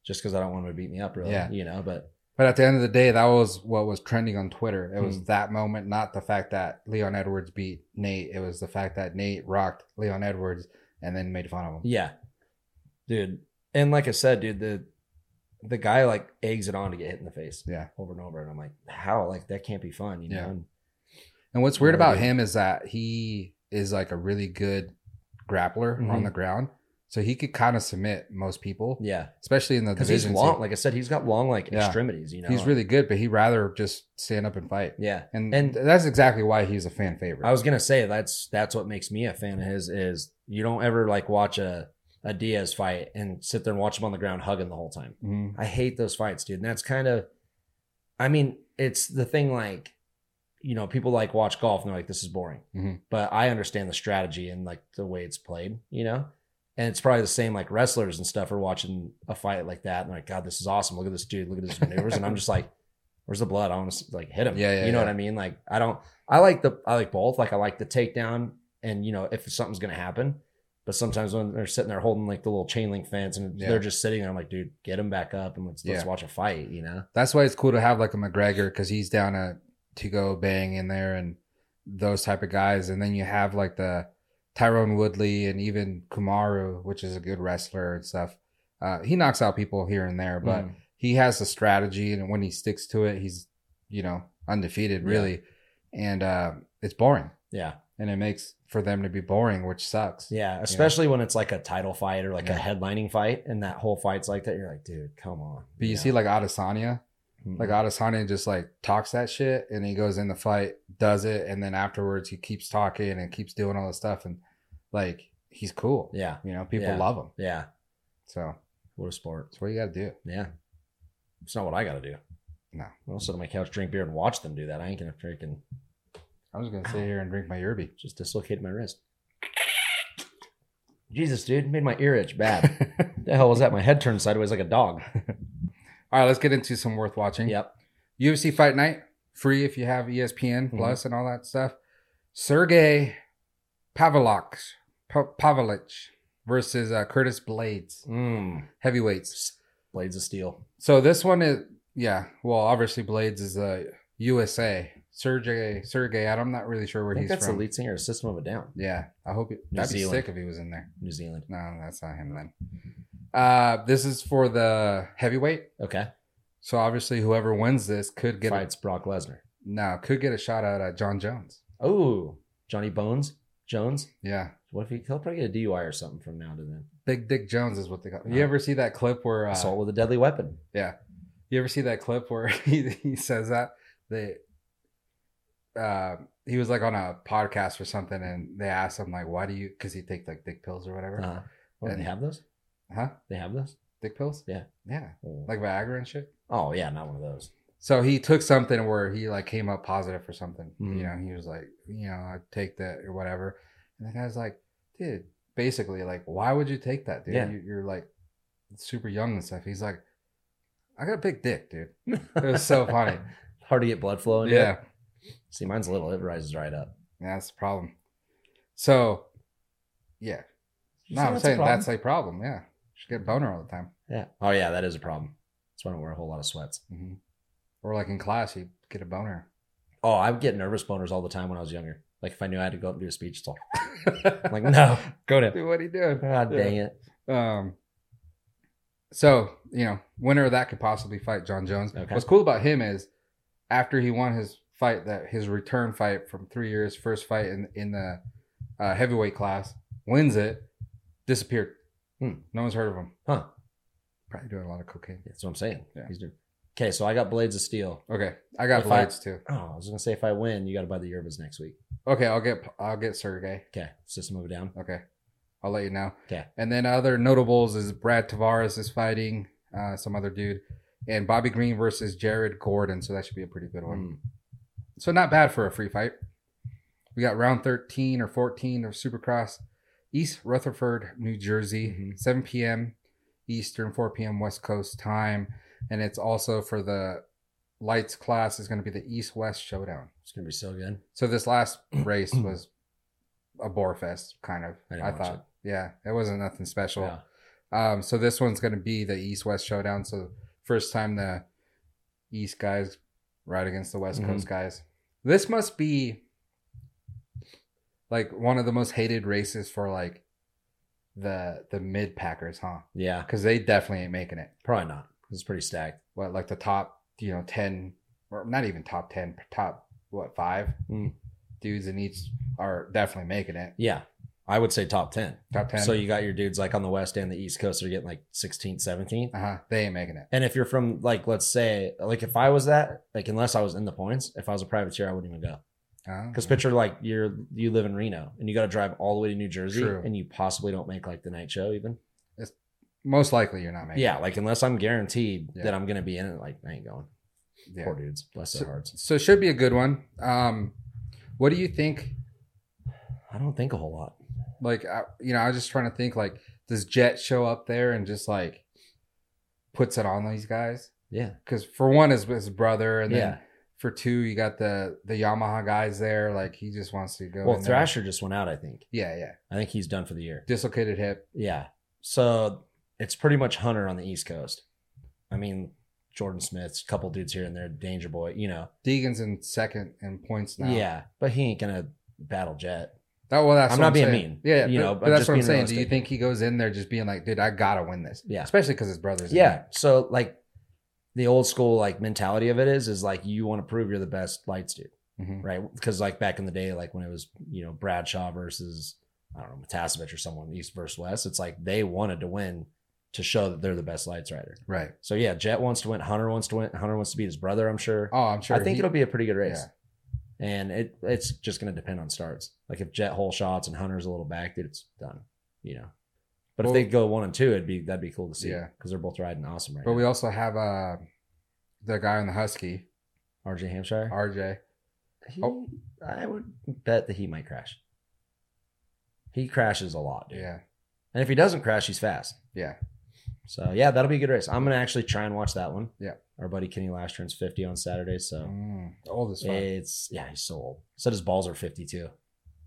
B: just because I don't want him to beat me up, really.
A: Yeah.
B: you know. But
A: But at the end of the day, that was what was trending on Twitter. It was
B: Hmm.
A: that moment, not the fact that Leon Edwards beat Nate. It was the fact that Nate rocked Leon Edwards and then made fun of him.
B: yeah, dude, and like I said, dude, the the guy like eggs it on to get hit in the face
A: Yeah.
B: over and over, and I'm like, how? Like that can't be fun, you know?
A: Yeah.
B: And
A: And what's weird
B: Yeah,
A: about
B: dude.
A: him is that he is like a really good grappler on
B: Mhm.
A: the ground. So he could kind of submit most people,
B: yeah,
A: especially in the
B: because he's
A: division.
B: long. Like I said, he's got long like
A: Yeah.
B: extremities. You know,
A: he's really good, but he'd rather just stand up and fight.
B: yeah.
A: And,
B: And-
A: that's exactly why he's a fan favorite.
B: I was gonna say that's that's what makes me a fan of his is you don't ever like watch a a Diaz fight and sit there and watch him on the ground hugging the whole time.
A: Mhm.
B: I hate those fights, dude. And that's kind of, I mean, it's the thing like, you know, people like watch golf and they're like, this is boring.
A: Mhm.
B: But I understand the strategy and like the way it's played, you know? And it's probably the same like wrestlers and stuff are watching a fight like that. And they're like, God, this is awesome. Look at this dude. Look at his maneuvers. and I'm just like, where's the blood? I want to like hit him.
A: Yeah, yeah,
B: You know
A: yeah.
B: what I mean? Like, I don't, I like the, I like both. Like, I like the takedown and, you know, if something's going to happen. But sometimes when they're sitting there holding like the little chain link fence and
A: Yeah.
B: they're just sitting there, I'm like, dude, get him back up and let's let's
A: Yeah.
B: watch a fight, you know?
A: That's why it's cool to have like a McGregor because he's down a to go bang in there and those type of guys. And then you have like the Tyrone Woodley and even Kumaru, which is a good wrestler and stuff. Uh, he knocks out people here and there, but
B: Mhm.
A: he has a strategy, and when he sticks to it, he's you know undefeated
B: Yeah.
A: really. And uh, it's boring,
B: yeah,
A: and it makes for them to be boring, which sucks.
B: yeah, especially when it's like a title fight or like a
A: Yeah.
B: headlining fight, and that whole fight's like that. You're like, dude, come on.
A: But you see, like Adesanya,
B: Mhm.
A: Like Adesanya just like talks that shit and he goes in the fight, does it, and then afterwards he keeps talking and keeps doing all this stuff and like he's cool.
B: yeah,
A: You know, people
B: Yeah.
A: love him.
B: yeah,
A: So
B: what a sport.
A: that's what you gotta do.
B: Yeah, it's not what I got to do.
A: No.
B: I'll sit on my couch, drink beer, and watch them do that. I ain't gonna freaking
A: I'm just gonna sit here and drink my yerby.
B: just dislocate my wrist. Jesus, dude, made my ear itch bad. the hell was that? My head turned sideways like a dog.
A: All right, let's get into some worth watching.
B: Yep.
A: UFC Fight Night, free if you have E ESPN
B: Mhm.
A: Plus and all that stuff. Sergey Pavlovich, Pa- Pavlovich versus uh, Curtis Blades,
B: Mm.
A: heavyweights.
B: Blades of Steel.
A: So this one is yeah. Well, obviously Blades is a USA. Sergey Sergey. I'm not really sure
B: I
A: where
B: think
A: he's
B: that's
A: from.
B: the lead singer of System of a Down,
A: Yeah, I hope it,
B: New
A: that'd
B: Zealand.
A: be sick if he was in there.
B: New Zealand.
A: No, that's not him then. Uh, this is for the heavyweight.
B: Okay.
A: So obviously, whoever wins this could get
B: Fights Brock Lesnar.
A: a, no could get a shot at uh, John Jones.
B: Oh, Johnny Bones Jones.
A: Yeah,
B: What if he, he'll probably get a DUI or something from now to then?
A: Big Dick Jones is what they got. You
B: Oh.
A: ever see that clip where uh,
B: Assault with a deadly weapon.
A: Yeah. You ever see that clip where he, he says that they uh he was like on a podcast or something and they asked him like why do you cuz he take like dick pills or whatever.
B: Uh, what, they
A: And-
B: have those?
A: Huh?
B: They have those?
A: Dick pills?
B: Yeah.
A: Yeah.
B: Oh.
A: Like Viagra and shit.
B: oh yeah, not one of those.
A: So he took something where he like came up positive for something.
B: Mhm.
A: You know, he was like, you know, I take that or whatever. And the guy's like, dude, basically like why would you take that, dude?
B: Yeah.
A: You, you're like super young and stuff. He's like I got a big dick, dude. It was so funny.
B: Hard to get blood flowing.
A: yeah.
B: Oh, Yeah. See, mine's little. It rises right up.
A: Yeah, that's the problem. So, yeah.
B: You
A: No,
B: say
A: I'm
B: that's a
A: saying
B: problem?
A: that's a problem. Yeah. Should get boner all the time.
B: Yeah. Oh yeah,
A: Mm-hmm.
B: that is a problem. That's why I don't wear a whole lot of sweats.
A: Or like in class, you get a boner.
B: oh, I would get nervous boners all the time when I was younger. Like if I knew I had to go up and do a speech, it's all I'm like, no, go to.
A: Dude, what are you doing?
B: God dang it.
A: Um, so you know, winner of that could possibly fight John Jones.
B: Okay.
A: What's cool about him is after he won his fight, that his return fight from three years, first fight in in the uh, heavyweight class, wins it, disappeared.
B: Hmm.
A: No one's heard of him.
B: Huh.
A: Probably doing a lot of cocaine.
B: That's what I'm saying.
A: Yeah.
B: He's doing. Okay, so I got Blades of Steel.
A: Okay, I got
B: If I-
A: blades too.
B: Oh, I was gonna say if I win, you got to buy the Yerbas next week.
A: Okay, I'll get I'll get Sergey.
B: Okay, system of a down.
A: Okay, I'll let you know.
B: Okay.
A: And then other notables is Brad Tavares is fighting uh, some other dude, and Bobby Green versus Jared Gordon. So that should be a pretty good one.
B: Mm.
A: So not bad for a free fight. We got round 13 or 14 of Supercross, East Rutherford, New Jersey,
B: Mhm.
A: 7 p.m. Eastern, 4 p.m. West Coast time, and it's also for the lights class is going to be the East West Showdown.
B: It's gonna be so good.
A: So this last race was a bore fest, kind of.
B: I didn't
A: I,
B: watch
A: thought, yeah, it wasn't nothing special.
B: Yeah.
A: Um, so this one's going to be the East West showdown. So first time the East guys ride against the West
B: Mhm.
A: Coast guys. This must be like one of the most hated races for like the the mid packers, huh?
B: yeah,
A: Because they definitely ain't making it.
B: probably not. It's pretty stacked.
A: What like the top, you know, ten or not even top ten, top what five
B: Mm.
A: dudes in each are definitely making it.
B: Yeah, I would say top ten.
A: Top ten.
B: So you got your dudes like on the west and the east coast are getting like 16th, 17th.
A: uh huh. They ain't making it.
B: And if you're from like, let's say, like if I was that, like unless I was in the points, if I was a privateer, I wouldn't even go.
A: Uh,
B: Because picture like you're you live in Reno and you got to drive all the way to New Jersey
A: True.
B: and you possibly don't make like the night show even.
A: most likely you're not making.
B: Yeah, like unless I'm guaranteed
A: Yeah.
B: that I'm gonna be in it, like I ain't going.
A: it. yeah.
B: Poor dudes, bless their hearts.
A: So it should be a good one. Um, what do you think?
B: I don't think a whole lot.
A: Like, I, you know, I was just trying to think. Like, does Jet show up there and just like puts it on these guys?
B: Yeah,
A: Because for one, is his brother, and
B: yeah.
A: then for two, you got the the Yamaha guys there. Like, he just wants to go.
B: Well,
A: in there.
B: Thrasher just went out. I think.
A: Yeah, yeah.
B: I think he's done for the year.
A: Dislocated hip.
B: Yeah. So it's pretty much Hunter on the East Coast. I mean, Jordan Smith's a couple dudes here and there, Danger Boy, you know.
A: Deegan's in second in points now.
B: Yeah, but he ain't gonna battle Jet.
A: That, well, that's
B: I'm
A: what
B: not being
A: saying.
B: mean.
A: Yeah,
B: You
A: but,
B: know,
A: but
B: I'm
A: that's
B: just
A: what I'm
B: being
A: saying. Do you
B: realistic.
A: think he goes in there just being like, dude, I gotta win this?
B: Yeah.
A: Especially because his brother's. in
B: Yeah.
A: there.
B: So like the old school like mentality of it is is like you want to prove you're the best lights dude,
A: Mhm.
B: right? Because like back in the day, like when it was you know Bradshaw versus I don't know Matasevich or someone East versus West, it's like they wanted to win to show that they're the best lights rider.
A: Right.
B: So yeah, Jet wants to win. Hunter wants to win. Hunter wants to beat his brother. I'm sure.
A: Oh, I'm sure.
B: I think
A: he-
B: it'll be a pretty good race. And it it's just going to depend on starts. Like if Jet hole shots and Hunter's a little back, dude, it's done. You know. But
A: Well-
B: if they go one and two, it'd be that'd be cool to see.
A: Yeah.
B: because they're both riding awesome right
A: But we
B: now.
A: also have uh, the guy on the Husky,
B: RJ Hampshire.
A: RJ.
B: He-
A: oh.
B: I would bet that he might crash. He crashes a lot, dude.
A: Yeah,
B: And if he doesn't crash, he's fast.
A: yeah.
B: So yeah, that'll be a good race. I'm gonna actually try and watch that one.
A: Yeah.
B: Our buddy Kenny Lash turns 50 on Saturday, so.
A: Mm, old as fuck.
B: It's yeah, he's so old. Said his balls are fifty two.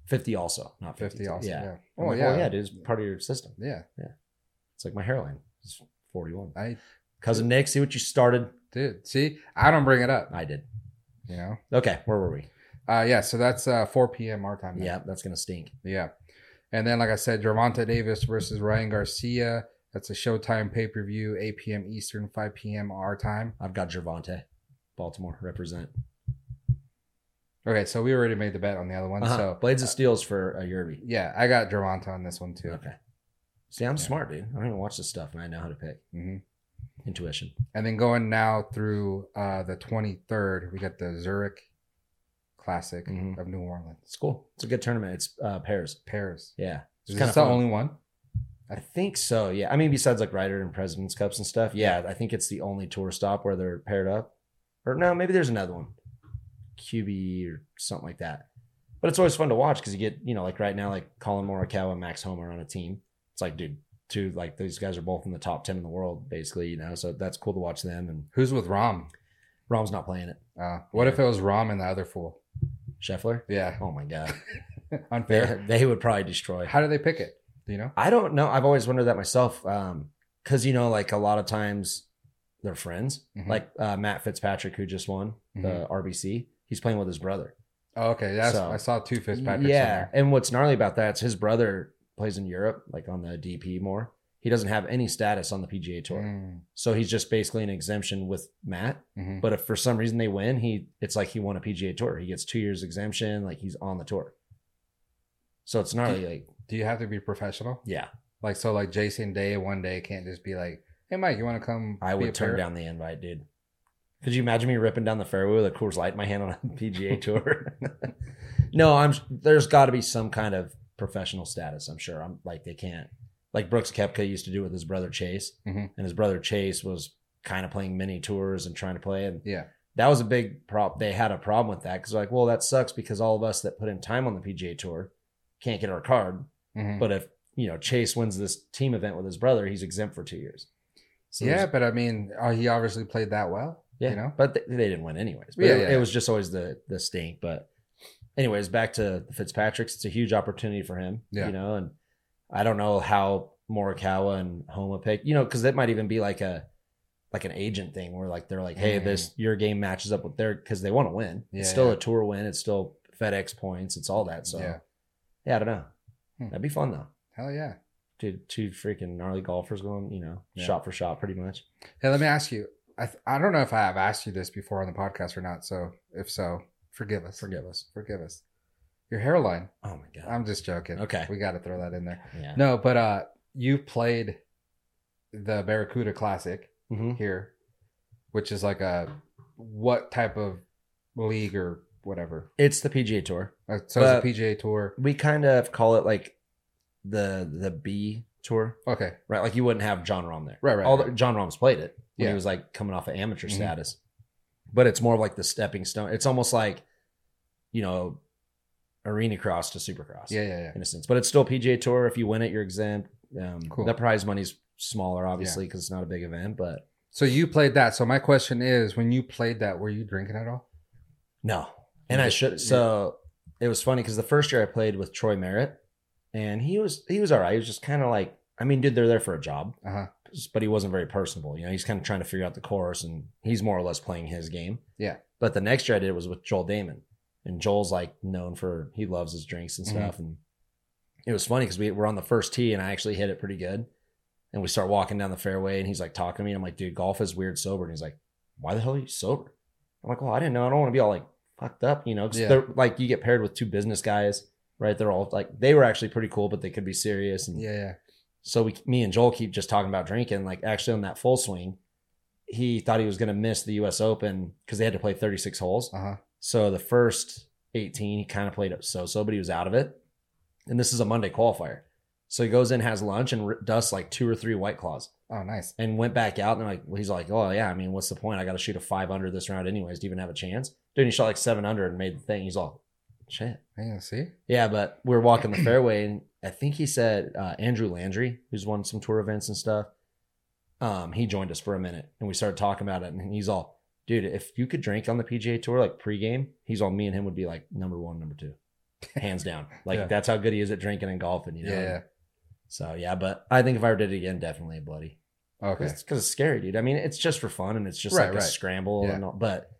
B: Fifty also, not fifty.
A: Fifty also. Yeah.
B: Yeah. I'm
A: Oh
B: like,
A: yeah.
B: yeah,
A: yeah.
B: dude, it's part of your system.
A: Yeah.
B: It's like my hairline. It's forty one.
A: I
B: Cousin Nick, see what you started.
A: did. See, I don't bring it up.
B: I did.
A: You know.
B: Okay, where were we?
A: Uh, yeah. So that's uh 4 p.m. our time. now.
B: Yeah, that's gonna stink.
A: Yeah. And then, like I said, Gervonta Davis versus Ryan Garcia. That's a Showtime pay per view, 8 p.m. Eastern, 5 p.m. our time.
B: I've got Gervonta, Baltimore represent.
A: Okay, so we already made the bet on the other one.
B: Uh-huh.
A: So
B: Blades of Steel's for a Yerby.
A: yeah, I got Gervonta on this one too.
B: Okay. See, I'm
A: Yeah.
B: smart, dude. I don't even watch this stuff, and I know how to pick.
A: hmm
B: Intuition.
A: And then going now through uh, the 23rd, we got the Zurich Classic
B: Mhm.
A: of New Orleans.
B: It's cool. It's a good tournament. It's uh, pairs.
A: Pairs.
B: Yeah.
A: Is
B: kinda
A: this the
B: fun.
A: only one?
B: I think so. Yeah. I mean, besides like Ryder and President's Cups and stuff. Yeah. I think it's the only tour stop where they're paired up. Or no, maybe there's another one, QB or something like that. But it's always fun to watch because you get, you know, like right now, like Colin Morikawa and Max Homer on a team. It's like, dude, two, like these guys are both in the top 10 in the world, basically, you know? So that's cool to watch them. And
A: Who's with Rom?
B: Rom's not playing it.
A: Uh, what if it was Rom and the other fool?
B: Scheffler?
A: Yeah,
B: Oh my God.
A: unfair.
B: They, they would probably destroy.
A: How do they pick it? Do you know?
B: I don't know. I've always wondered that myself. Um, cause you know, like a lot of times they're friends.
A: Mhm.
B: Like uh, Matt Fitzpatrick, who just won the RBC, he He's playing with his brother.
A: Oh, okay, that's
B: So-
A: I saw two Fitzpatrick.
B: yeah, and what's gnarly about that is his brother plays in Europe, like on the DP more. He doesn't have any status on the PGA tour,
A: Mm-hmm.
B: so he's just basically an exemption with Matt.
A: hmm
B: But if for some reason they win, he it's like he won a PGA tour. He gets two years exemption, like he's on the tour. So it's gnarly, like
A: Do you have to be professional?
B: yeah,
A: Like so, like Jason Day one day can't just be like, "Hey, Mike, you want to come?" be
B: I
A: a
B: would turn
A: pair-"
B: down the invite, dude. Could you imagine me ripping down the fairway with a Coors Light in my hand on a PGA tour? no, I'm. There's got to be some kind of professional status. I'm sure. I'm like they can't. Like Brooks Kepka used to do with his brother Chase,
A: Mhm.
B: and his brother Chase was kind of playing mini tours and trying to play. And
A: Yeah,
B: that was a big prop. They had a problem with that because like, well, that sucks because all of us that put in time on the PGA tour can't get our card.
A: Mhm.
B: But if you know Chase wins this team event with his brother, he's exempt for two years. So
A: yeah,
B: there's-
A: but I mean, uh, he obviously played that well.
B: yeah,
A: you know?
B: but they, they didn't win anyways. But
A: Yeah,
B: it,
A: yeah,
B: it
A: yeah.
B: was just always the the stink. But anyways, back to the Fitzpatrick's. It's a huge opportunity for him.
A: Yeah.
B: you know, and I don't know how Morikawa and Homa pick. You know, because that might even be like a like an agent thing where like they're like, hey,
A: Mhm.
B: this your game matches up with their because they want to win.
A: Yeah,
B: it's still
A: yeah.
B: a tour win. It's still FedEx points. It's all that. So
A: Yeah.
B: yeah, I don't know.
A: Hmm.
B: That'd be fun though.
A: Hell yeah.
B: Two two freaking gnarly golfers going, you know,
A: Yeah.
B: shot for shot, pretty much.
A: Hey, let me ask you. I th- I don't know if I have asked you this before on the podcast or not. So if so, forgive us.
B: Forgive us.
A: Forgive us. Your hairline.
B: Oh my god.
A: I'm just joking.
B: Okay.
A: We got to throw that in there.
B: yeah.
A: No, but uh you played the Barracuda Classic
B: hmm
A: here, which is like a what type of league or whatever.
B: It's the PGA Tour.
A: Uh, So it's
B: But-
A: a PGA Tour.
B: we kind of call it like the the B tour,
A: Okay.
B: right? Like you wouldn't have John Rom there,
A: Right, right,
B: Although
A: right.
B: John Rom's played it when
A: Yeah.
B: he was like coming off of amateur
A: Mhm.
B: status, but it's more of like the stepping stone. It's almost like you know, arena cross to supercross,
A: Yeah, yeah, yeah.
B: in a sense. But it's still PGA Tour. If you win it, you're exempt. Um,
A: Cool.
B: The prize money's smaller, obviously, because it's not a big event. But
A: So you played that. So my question is, when you played that, were you drinking at all?
B: No. And I should so it was funny because the first year I played with Troy Merritt and he was he was all right. He was just kind of like I mean, dude, they're there for a job,
A: Uh huh.
B: but he wasn't very personable. You know, he's kind of trying to figure out the course and he's more or less playing his game.
A: Yeah.
B: But the next year I did was with Joel Damon. And Joel's like known for he loves his drinks and
A: Mhm.
B: stuff. And it was funny because we were on the first tee and I actually hit it pretty good. And we start walking down the fairway and he's like talking to me. And I'm like, dude, golf is weird sober. And he's like, why the hell are you sober? I'm like, well, I didn't know. I don't want to be all like fucked up, you know, because
A: Yeah.
B: they're like, you get paired with two business guys, right? They're all like, they were actually pretty cool, but they could be serious. And
A: Yeah, yeah.
B: so we, me and Joel keep just talking about drinking. Like actually on that full swing, he thought he was going to miss the U.S. Open because they had to play 36 holes.
A: Uh huh.
B: So the first 18, he kind of played up so so, but he was out of it. And this is a Monday qualifier. So he goes in, has lunch, and r- dusts like two or three white claws
A: Oh, nice.
B: and went back out. And like, well, he's like, oh, yeah, I mean, what's the point? I got to shoot a five under this round, anyways, to even have a chance. Dude, he shot like seven under and made the thing. He's all, shit.
A: Yeah, see?
B: Yeah, but we were walking the fairway, and I think he said uh, Andrew Landry, who's won some tour events and stuff. Um, he joined us for a minute, and we started talking about it, and he's all, "Dude, if you could drink on the PGA Tour like pregame, he's all me and him would be like number one, number two, hands down. Like
A: Yeah.
B: that's how good he is at drinking and golfing, you know."
A: Yeah, yeah.
B: So yeah, but I think if I ever did it again, definitely a bloody.
A: Okay.
B: Because it's scary, dude. I mean, it's just for fun, and it's just
A: Right,
B: like
A: right.
B: a scramble
A: Yeah.
B: and all. But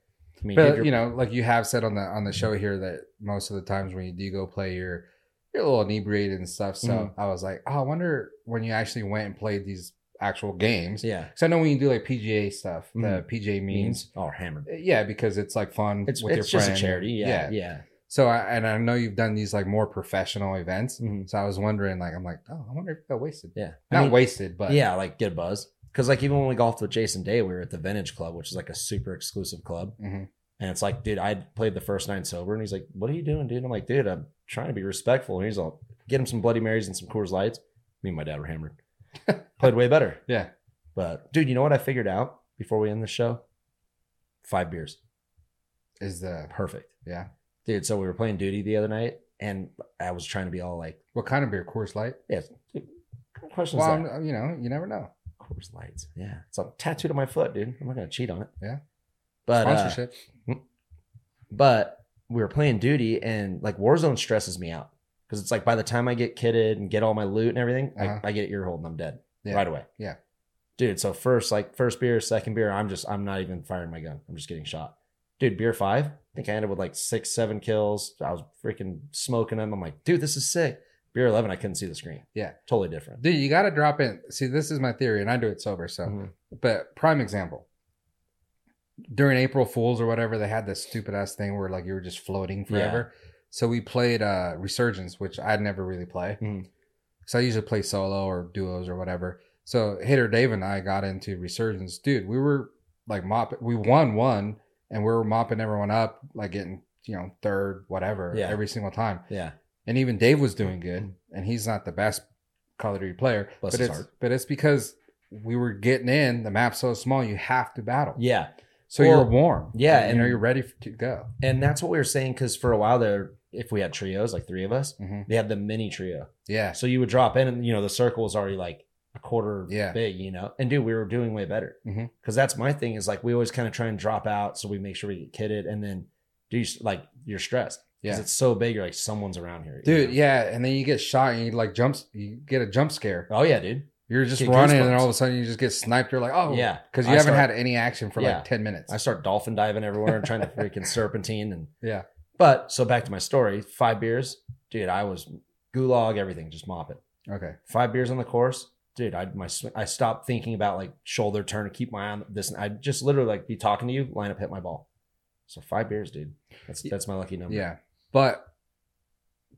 B: I mean, if
A: but
B: you're-
A: you know, like you have said on the on the show here that most of the times when you do go play, you're you're a little inebriated and stuff. So
B: Mhm.
A: I was like, oh, I wonder when you actually went and played these actual games.
B: yeah,
A: Because I know when you do like PGA stuff,
B: Mhm.
A: the PGA means,
B: means oh hammered.
A: yeah, because it's like fun
B: It's
A: with
B: it's
A: your
B: just
A: friend.
B: a charity. Yeah, yeah.
A: So I, and I know you've done these like more professional events.
B: Mhm.
A: So I was wondering, like, I'm like, oh, I wonder if I got wasted.
B: Yeah.
A: Not
B: I mean,
A: wasted, but
B: yeah, like get a buzz. Cause like even when we golfed with Jason Day, we were at the Vintage Club, which is like a super exclusive club.
A: Mhm.
B: And it's like, dude, I played the first nine sober, and he's like, "What are you doing, dude?" I'm like, "Dude, I'm trying to be respectful." And he's like, "Get him some Bloody Marys and some Coors Lights." Me and my dad were hammered. Played way better,
A: yeah.
B: but dude, you know what I figured out before we end the show? Five beers,
A: Is the
B: perfect,
A: yeah.
B: dude. So we were playing duty the other night, and I was trying to be all like,
A: What kind of beer? Coors Light.
B: "Yeah, dude, what questions."
A: Well,
B: that?
A: I'm- you know, you never know.
B: Coors Lights. Yeah, it's like tattooed on my foot, dude. I'm not gonna cheat on it.
A: Yeah.
B: but uh,
A: Sponsorship.
B: but we were playing duty, and like Warzone stresses me out because it's like by the time I get kitted and get all my loot and everything,
A: Uh-huh.
B: I, I get ear hold and I'm dead
A: Yeah.
B: right away.
A: Yeah.
B: dude. So first, like first beer, second beer, I'm just I'm not even firing my gun. I'm just getting shot, dude. Beer five, think I ended with like six, seven kills. I was freaking smoking them. I'm like, dude, this is sick. Beer 11, I couldn't see the screen.
A: Yeah.
B: Totally different.
A: Dude, you got to drop in. See, this is my theory, and I do it sober. So,
B: Mhm.
A: but prime example during April Fools or whatever, they had this stupid ass thing where like you were just floating forever. So we played uh Resurgence, which I'd never really play.
B: Mhm.
A: So I usually play solo or duos or whatever. So Hitter Dave and I got into Resurgence. Dude, we were like mopping. We won one, and we were mopping everyone up, like getting you know third, whatever,
B: Yeah.
A: every single time
B: Yeah.
A: and even Dave was doing good, and he's not the best Call of Duty player.
B: Bless
A: but
B: his
A: it's
B: heart.
A: but it's because we were getting in. The map's so small, you have to battle.
B: Yeah.
A: So
B: Well,
A: you're warm.
B: yeah,
A: you
B: and-
A: know you're ready to go.
B: And that's what we were saying because for a while there, if we had trios, like three of us,
A: Mhm.
B: they had the mini trio.
A: Yeah,
B: So you would drop in and, you know, the circle was already like a quarter
A: Yeah.
B: big, you know? And dude, we were doing way better. Because
A: Mhm.
B: that's my thing is like we always kind of try and drop out so we make sure we get kitted and then do you, like you're stressed. Because
A: Yeah.
B: it's so big, you're like, someone's around here. you
A: dude.
B: know?
A: Yeah, and then you get shot, and you like jumps. You get a jump scare.
B: Oh, yeah, dude.
A: You're just
B: Get
A: running, and
B: goosebumps.
A: all of a sudden you just get sniped. You're like, oh
B: Yeah.
A: because
B: I
A: you haven't
B: start-
A: had any action for
B: Yeah.
A: like ten minutes.
B: I start dolphin diving everywhere and trying to freaking serpentine and
A: Yeah.
B: But so back to my story, five beers, dude. I was gulag everything, just mop it.
A: okay,
B: Five beers on the course, dude. I my sw- I stopped thinking about like shoulder turn, keep my eye on this, and I just literally like be talking to you, line up, hit my ball. So five beers, dude. That's that's my lucky number.
A: yeah, but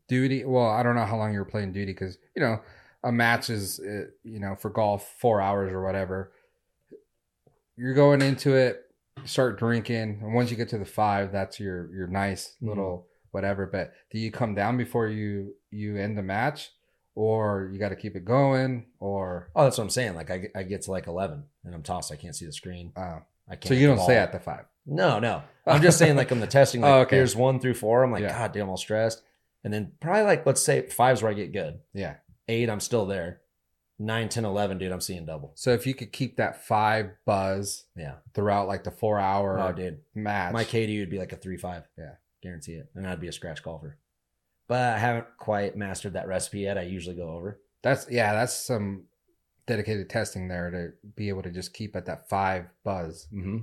A: duty. Well, I don't know how long you were playing duty because you know a match is uh, you know for golf four hours or whatever. You're going into it, start drinking, and once you get to the five, that's your your nice
B: Mhm.
A: little whatever. But do you come down before you you end the match, or you got to keep it going, or
B: Oh, that's what I'm saying. Like I, get- I get to like eleven and I'm tossed. I can't see the screen.
A: uh,
B: I can't.
A: so
B: hit
A: you
B: the
A: don't stay
B: ball.
A: at the five.
B: No, no. I'm just saying, like, I'm the testing. Like,
A: Oh, okay.
B: Here's one through four. I'm like,
A: Yeah.
B: God damn, all stressed. And then probably like, let's say five's where I get good.
A: Yeah.
B: Eight, I'm still there. Nine, 10, 11, dude, I'm seeing double.
A: So if you could keep that five buzz
B: Yeah.
A: throughout like the four hour
B: Oh, dude.
A: match,
B: My KD would be like a three, five.
A: Yeah.
B: Guarantee it. And I'd be a scratch golfer. But I haven't quite mastered that recipe yet. I usually go over.
A: That's yeah, that's some dedicated testing there to be able to just keep at that five buzz.
B: Mm-hmm.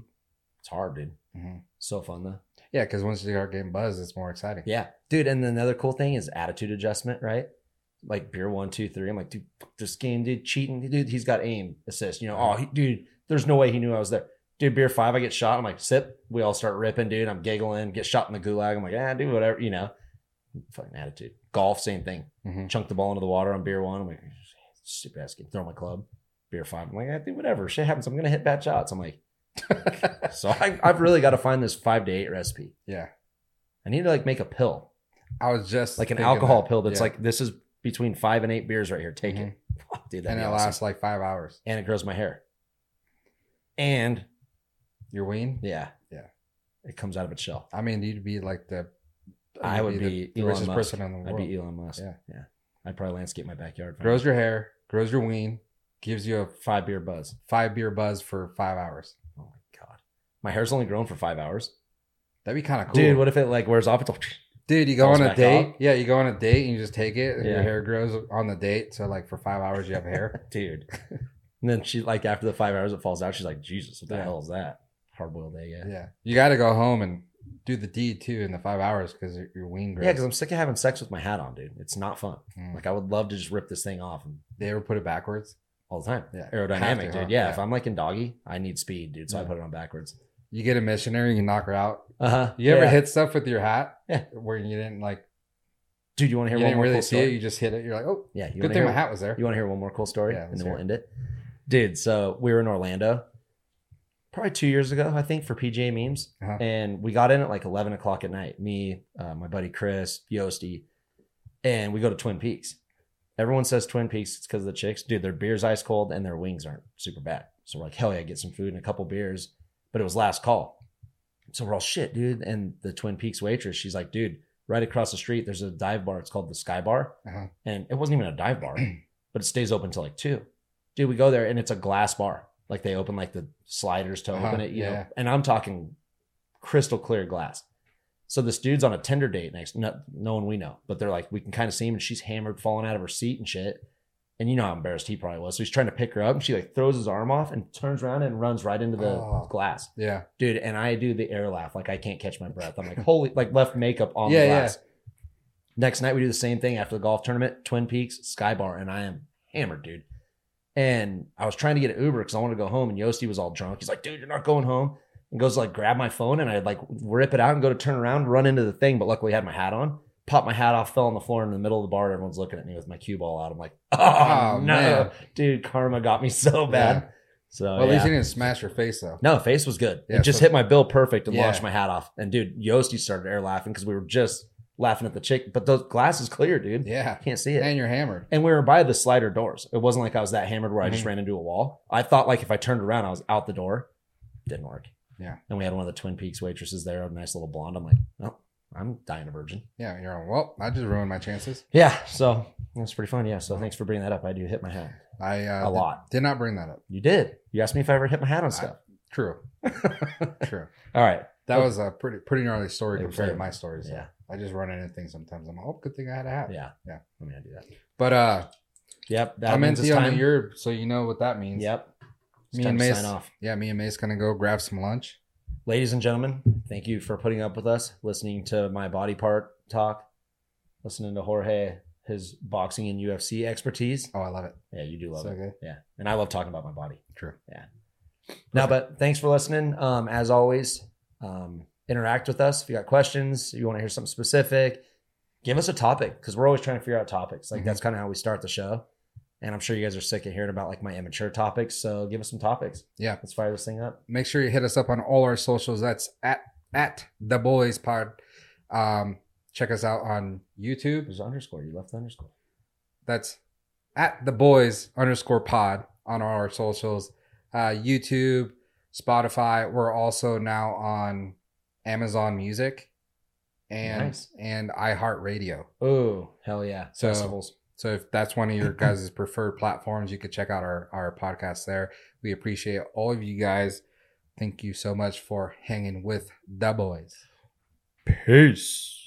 B: It's hard, dude.
A: Mhm.
B: So fun, though.
A: Yeah, because once you start getting buzz, it's more exciting.
B: Yeah, dude. And then another cool thing is attitude adjustment, right? Like beer one, two, three. I'm like, dude, fuck this game, dude, cheating, dude. He's got aim assist. You know, oh, he, dude, there's no way he knew I was there. Dude, beer five, I get shot. I'm like, sip. We all start ripping, dude. I'm giggling, get shot in the gulag. I'm like, ah, dude, whatever, you know. Fucking attitude. Golf, same thing.
A: Mhm.
B: Chunk the ball into the water on beer one. I'm like, stupid ass game. Throw my club. Beer five. I'm like, I do whatever. Shit happens. I'm gonna hit bad shots. I'm like, so I, I've really got to find this five to eight recipe.
A: yeah.
B: I need to like make a pill
A: I was just
B: like an
A: thinking
B: alcohol
A: that.
B: pill that's
A: Yeah.
B: like this is between five and eight beers right here. Take Mm-hmm. it, Fuck, dude. That'd
A: and
B: be
A: it
B: awesome.
A: lasts like five hours.
B: and it grows my hair, and
A: Your wean?
B: yeah,
A: Yeah.
B: it comes out of its shell.
A: I mean, you'd be like the
B: I
A: you'd
B: would
A: the-
B: be
A: the,
B: Elon
A: richest
B: Musk.
A: person in the
B: I'd
A: world.
B: be Elon Musk.
A: Yeah.
B: yeah. I'd probably landscape my backyard.
A: grows your hair, grows your wean, gives you a
B: five beer buzz.
A: five beer buzz for five hours.
B: Oh my god, my hair's only grown for five hours,
A: That'd be kind of cool.
B: dude. What if it like wears off? It's all
A: Dude, you go
B: Falls
A: on a
B: back
A: date.
B: off.
A: Yeah, you go on a date and you just take it and
B: Yeah.
A: your hair grows on the date. So like for five hours you have hair.
B: dude. and then she like after the five hours it falls out, she's like, Jesus, what the
A: Yeah.
B: hell is that? Hard boiled egg. Yeah,
A: Yeah, you got to go home and do the deed too in the five hours because your, your ween grows.
B: yeah, because I'm sick of having sex with my hat on, dude. It's not fun.
A: Mm.
B: Like I would love to just rip this thing off and
A: they ever put it backwards?
B: all the time.
A: Yeah, Have to,
B: Aerodynamic,
A: huh?
B: dude. Yeah, If I'm like in doggy, I need speed, dude. So I
A: Yeah.
B: put it on backwards.
A: you get a missionary, you knock her out.
B: Uh huh.
A: Uh-huh. You ever hit stuff with your hat?
B: Yeah.
A: where you didn't like
B: Dude, you want to
A: you
B: hear one
A: didn't
B: more
A: really
B: cool
A: see
B: story?
A: it. You just hit it. You're like, oh,
B: yeah. You
A: good
B: wanna
A: thing
B: hear,
A: my hat was there.
B: You want to hear one more cool story,
A: Yeah,
B: and
A: let's
B: then
A: hear
B: we'll
A: it.
B: end it, dude. So we were in Orlando, probably two years ago, I think, for PGA memes,
A: Uh-huh.
B: and we got in at like eleven o'clock at night. Me, uh, my buddy Chris, Yosty, and we go to Twin Peaks. Everyone says Twin Peaks. It's because of the chicks, dude. Their beer's ice cold and their wings aren't super bad. So we're like, hell yeah, get some food and a couple beers. But it was last call, so we're all shit, dude. And the Twin Peaks waitress, she's like, dude, right across the street, there's a dive bar. It's called the Sky Bar
A: Uh-huh.
B: and it wasn't even a dive bar, but it stays open till like two. Dude, we go there and it's a glass bar. Like they open like the sliders to
A: Uh-huh,
B: open it, you know.
A: yeah.
B: And I'm talking crystal clear glass. So this dude's on a Tinder date next, no, no one we know, but they're like, we can kind of see him, and she's hammered, falling out of her seat and shit. And you know how embarrassed he probably was. So he's trying to pick her up and she like throws his arm off and turns around and runs right into the
A: Oh.
B: glass.
A: Yeah.
B: Dude, and I do the air laugh. Like I can't catch my breath. I'm like, holy like left makeup on
A: Yeah,
B: the
A: yeah.
B: glass. Next night we do the same thing after the golf tournament, Twin Peaks, Sky Bar, and I am hammered, dude. And I was trying to get an Uber because I wanted to go home. And Yosti was all drunk. He's like, dude, you're not going home. And goes to, like grab my phone and I like rip it out and go to turn around, run into the thing. But luckily I had my hat on. Popped my hat off, fell on the floor in the middle of the bar. Everyone's looking at me with my cue ball out. I'm like, oh,
A: Oh,
B: no,
A: man.
B: dude, karma got me so bad.
A: Yeah.
B: So
A: well, at least
B: yeah.
A: you didn't smash your face though.
B: No, face was good.
A: Yeah,
B: it just
A: so-
B: hit my bill perfect and
A: Yeah.
B: launched my hat off. And dude, Yosti started air laughing because we were just laughing at the chick. But the glass is clear, dude.
A: Yeah.
B: I can't see it.
A: And you're hammered.
B: And we were by the slider doors. It wasn't like I was that hammered where I just
A: Mhm.
B: ran into a wall. I thought like if I turned around, I was out the door. Didn't work.
A: Yeah.
B: And we had one of the Twin Peaks waitresses there, a nice little blonde. I'm like, no, I'm dying a virgin.
A: Yeah. You're on. Well, I just ruined my chances.
B: Yeah. So it was pretty fun. Yeah. So thanks for bringing that up. I do hit my hat
A: I uh,
B: a lot.
A: Did, did not bring that up.
B: You did. You asked me if I ever hit my hat on
A: I-
B: stuff.
A: True. True.
B: All right.
A: That
B: Oh.
A: was a pretty pretty gnarly story
B: It was
A: compared to
B: like-
A: my stories.
B: Yeah.
A: I just run into things sometimes. I'm like, oh, good thing I had a hat.
B: Yeah.
A: Yeah.
B: I mean, I do that.
A: But uh,
B: Yep. That
A: I'm in
B: means it's
A: the
B: time.
A: Europe, so you know what that means.
B: Yep. It's
A: Me
B: time
A: and
B: to
A: Mace.
B: sign off.
A: Yeah. Me and Mace gonna go grab some lunch.
B: Ladies and gentlemen, thank you for putting up with us, listening to my body part talk, listening to Jorge, his boxing and UFC expertise.
A: Oh, I love it.
B: Yeah, you do love
A: so
B: it.
A: good.
B: Yeah. And I love talking about my body.
A: True.
B: No, but thanks for listening. Um, as always, um, interact with us. If you got questions, you want to hear something specific, give us a topic because we're always trying to figure out topics. Like
A: Mhm.
B: that's kind of how we start the show. And I'm sure you guys are sick of hearing about like my immature topics. So give us some topics.
A: Yeah.
B: Let's fire this thing up.
A: Make sure you hit us up on all our socials. That's at at the boys pod. Um, check us out on YouTube.
B: There's an underscore. You left the underscore.
A: That's at the boys underscore pod on all our socials, uh, YouTube, Spotify. We're also now on Amazon Music and
B: Nice.
A: and iHeartRadio.
B: Oh, hell yeah.
A: So-
B: Festivals.
A: So if that's one of your guys' preferred platforms, you could check out our, our podcast there. We appreciate all of you guys. Thank you so much for hanging with the boys.
B: Peace.